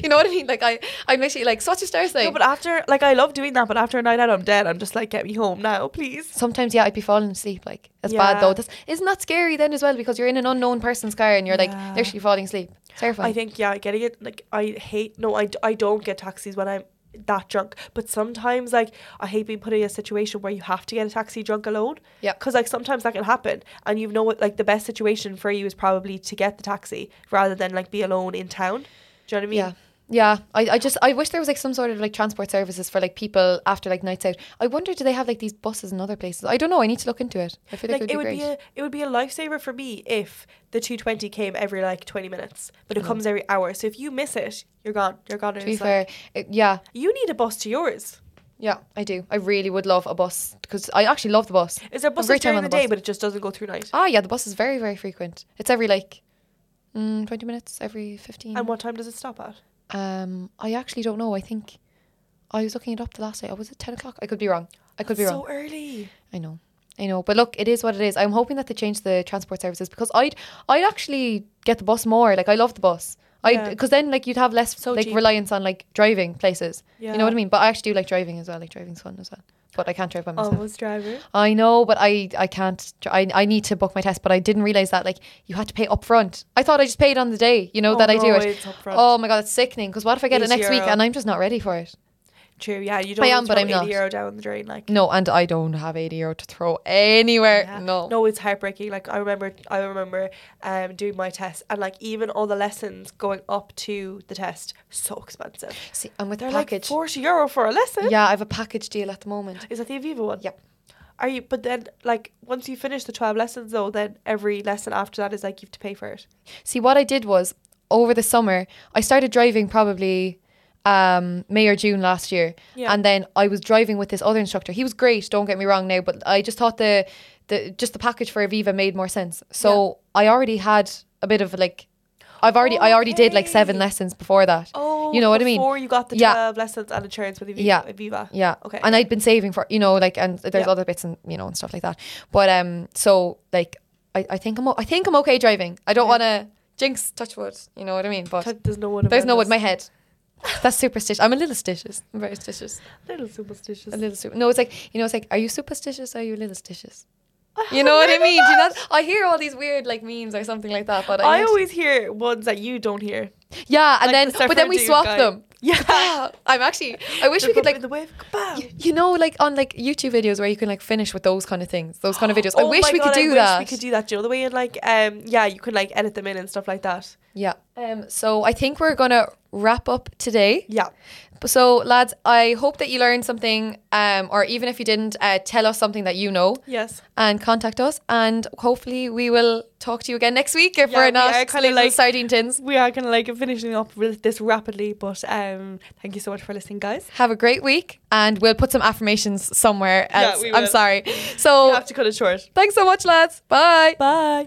Speaker 1: you know what I mean? Like I, I'm literally like, "So what's your star sign?"
Speaker 2: No, but after, like, I love doing that, but after a night out, I'm dead. I'm just like, get me home now, please.
Speaker 1: Sometimes, yeah, I'd be falling asleep. Like that's
Speaker 2: Yeah.
Speaker 1: bad though. That's, isn't that scary then as well? Because you're in an unknown person's car and you're
Speaker 2: Yeah.
Speaker 1: like literally falling asleep. It's terrifying.
Speaker 2: I think, yeah, getting it, like, I hate, no, I, d- I don't get taxis when I'm that drunk, but sometimes, like, I hate being put in a situation where you have to get a taxi drunk alone.
Speaker 1: Yep.
Speaker 2: Because, like, sometimes that can happen, and you know what, like, the best situation for you is probably to get the taxi rather than, like, be alone in town. Do you know what I mean?
Speaker 1: yeah. Yeah, I, I just I wish there was like some sort of like transport services for like people after like nights out. I wonder do they have like these buses in other places? I don't know. I need to look into it. I feel like,
Speaker 2: Like
Speaker 1: it
Speaker 2: it would
Speaker 1: be
Speaker 2: be
Speaker 1: great.
Speaker 2: a it would be a lifesaver for me if the two twenty came every like twenty minutes, but it comes every hour. So if you miss it, you're gone. You're gone.
Speaker 1: Mm-hmm. to be fair, it- yeah,
Speaker 2: You need a bus to yours.
Speaker 1: yeah, I do. I really would love a bus because I actually love the bus.
Speaker 2: Is there
Speaker 1: Have a
Speaker 2: buses
Speaker 1: great time
Speaker 2: during
Speaker 1: on
Speaker 2: the,
Speaker 1: the
Speaker 2: day,
Speaker 1: bus.
Speaker 2: but it just doesn't go through night?
Speaker 1: Ah, yeah, the bus is very, very frequent. It's every like mm, 20 minutes, every 15.
Speaker 2: And what time does it stop at?
Speaker 1: um, I actually don't know. I think I was looking it up the last day. Oh, was it 10 o'clock? I could be wrong. I could be
Speaker 2: so
Speaker 1: wrong.
Speaker 2: early.
Speaker 1: I know. I know. But look, it is what it is. I'm hoping that they change the transport services because I'd I'd actually get the bus more. Like I love the bus. I
Speaker 2: Yeah.
Speaker 1: because then like you'd have less
Speaker 2: So
Speaker 1: like
Speaker 2: cheap.
Speaker 1: reliance on like driving places. You
Speaker 2: Yeah.
Speaker 1: know what I mean? But I actually do like driving as well. Like driving's fun as well. But I can't drive by myself.
Speaker 2: Almost driver.
Speaker 1: I know, but I I can't. dr- I, I need to book my test, but I didn't realize that like you had to pay up front. I thought I just paid on the day, you know,
Speaker 2: Oh
Speaker 1: that I
Speaker 2: no,
Speaker 1: do it.
Speaker 2: it's upfront.
Speaker 1: Oh my god, that's sickening. Because what if I get it
Speaker 2: Eight
Speaker 1: next week
Speaker 2: euro.
Speaker 1: and I'm just not ready for it?
Speaker 2: True. Yeah, you don't.
Speaker 1: I am,
Speaker 2: want to
Speaker 1: but
Speaker 2: throw
Speaker 1: I'm not.
Speaker 2: 80 euro down the drain. Like
Speaker 1: No, and I don't have 80 euro to throw anywhere.
Speaker 2: Yeah.
Speaker 1: No.
Speaker 2: No, it's heartbreaking. Like I remember, I remember um, doing my test, and like even all the lessons going up to the test, so expensive.
Speaker 1: See, I'm with
Speaker 2: They're
Speaker 1: their
Speaker 2: like
Speaker 1: package.
Speaker 2: forty euro for a lesson.
Speaker 1: yeah, I have a package deal at the moment.
Speaker 2: Is that the Aviva one?
Speaker 1: Yep.
Speaker 2: Are you? But then, like, once you finish the twelve lessons, though, then every lesson after that is like you have to pay for it.
Speaker 1: See, what I did was over the summer, I started driving probably um, May or June last year.
Speaker 2: Yeah.
Speaker 1: And then I was driving with this other instructor. He was great, don't get me wrong now, but I just thought the, the just the package for Aviva made more sense. So I already had a bit of like, I've already, I already did like seven
Speaker 2: Okay.
Speaker 1: lessons before that.
Speaker 2: Oh,
Speaker 1: you know what I mean?
Speaker 2: Before you got the
Speaker 1: Yeah.
Speaker 2: twelve lessons and insurance with Aviva.
Speaker 1: Yeah.
Speaker 2: Aviva.
Speaker 1: Yeah.
Speaker 2: Okay.
Speaker 1: And I'd been saving for you know like and there's
Speaker 2: Yeah.
Speaker 1: other bits and you know and stuff like that. But um, so like I, I think I'm o- I think I'm okay driving. I don't
Speaker 2: Yeah.
Speaker 1: want to jinx touch wood. You know what I mean? But
Speaker 2: There's no one.
Speaker 1: there's no wood in my
Speaker 2: My
Speaker 1: head. That's superstitious. I'm a little stitious. I'm very stitious.
Speaker 2: little superstitious.
Speaker 1: A little super. No, it's like you know, it's like, are you superstitious? Or are you a little stitious?
Speaker 2: I
Speaker 1: You know what I
Speaker 2: haven't heard of
Speaker 1: mean? Do you
Speaker 2: that.
Speaker 1: not? I hear all these weird like memes or something like that. But I,
Speaker 2: I
Speaker 1: don't-
Speaker 2: always hear ones that you don't hear.
Speaker 1: yeah, and
Speaker 2: like the
Speaker 1: then but then we
Speaker 2: surfer dude
Speaker 1: swap
Speaker 2: guy.
Speaker 1: them.
Speaker 2: Yeah.
Speaker 1: I'm actually. I wish
Speaker 2: They're
Speaker 1: we could
Speaker 2: probably
Speaker 1: like
Speaker 2: in the wave. Bam.
Speaker 1: Y- you know, like on like YouTube videos where you can like finish with those kind of things, those kind of videos. I
Speaker 2: Oh
Speaker 1: wish
Speaker 2: my
Speaker 1: we
Speaker 2: God,
Speaker 1: could
Speaker 2: I
Speaker 1: do
Speaker 2: wish
Speaker 1: that.
Speaker 2: We could do that. Do you know the way in like um yeah, you could like edit them in and stuff like that.
Speaker 1: yeah. Um. So I think we're gonna wrap up today.
Speaker 2: Yeah.
Speaker 1: So lads, I hope that you learned something. Um. Or even if you didn't, uh, tell us something that you know
Speaker 2: Yes.
Speaker 1: and contact us, and hopefully we will talk to you again next week if
Speaker 2: Yeah,
Speaker 1: we're
Speaker 2: we
Speaker 1: not
Speaker 2: are kinda
Speaker 1: little
Speaker 2: like-
Speaker 1: sardine tins.
Speaker 2: We are gonna like finishing up with this rapidly, but um thank you so much for listening, guys.
Speaker 1: Have a great week, and we'll put some affirmations somewhere
Speaker 2: Yeah,
Speaker 1: else.
Speaker 2: we
Speaker 1: I'm
Speaker 2: will.
Speaker 1: sorry.
Speaker 2: You
Speaker 1: So
Speaker 2: have to cut it short.
Speaker 1: thanks so much, lads. Bye.
Speaker 2: Bye.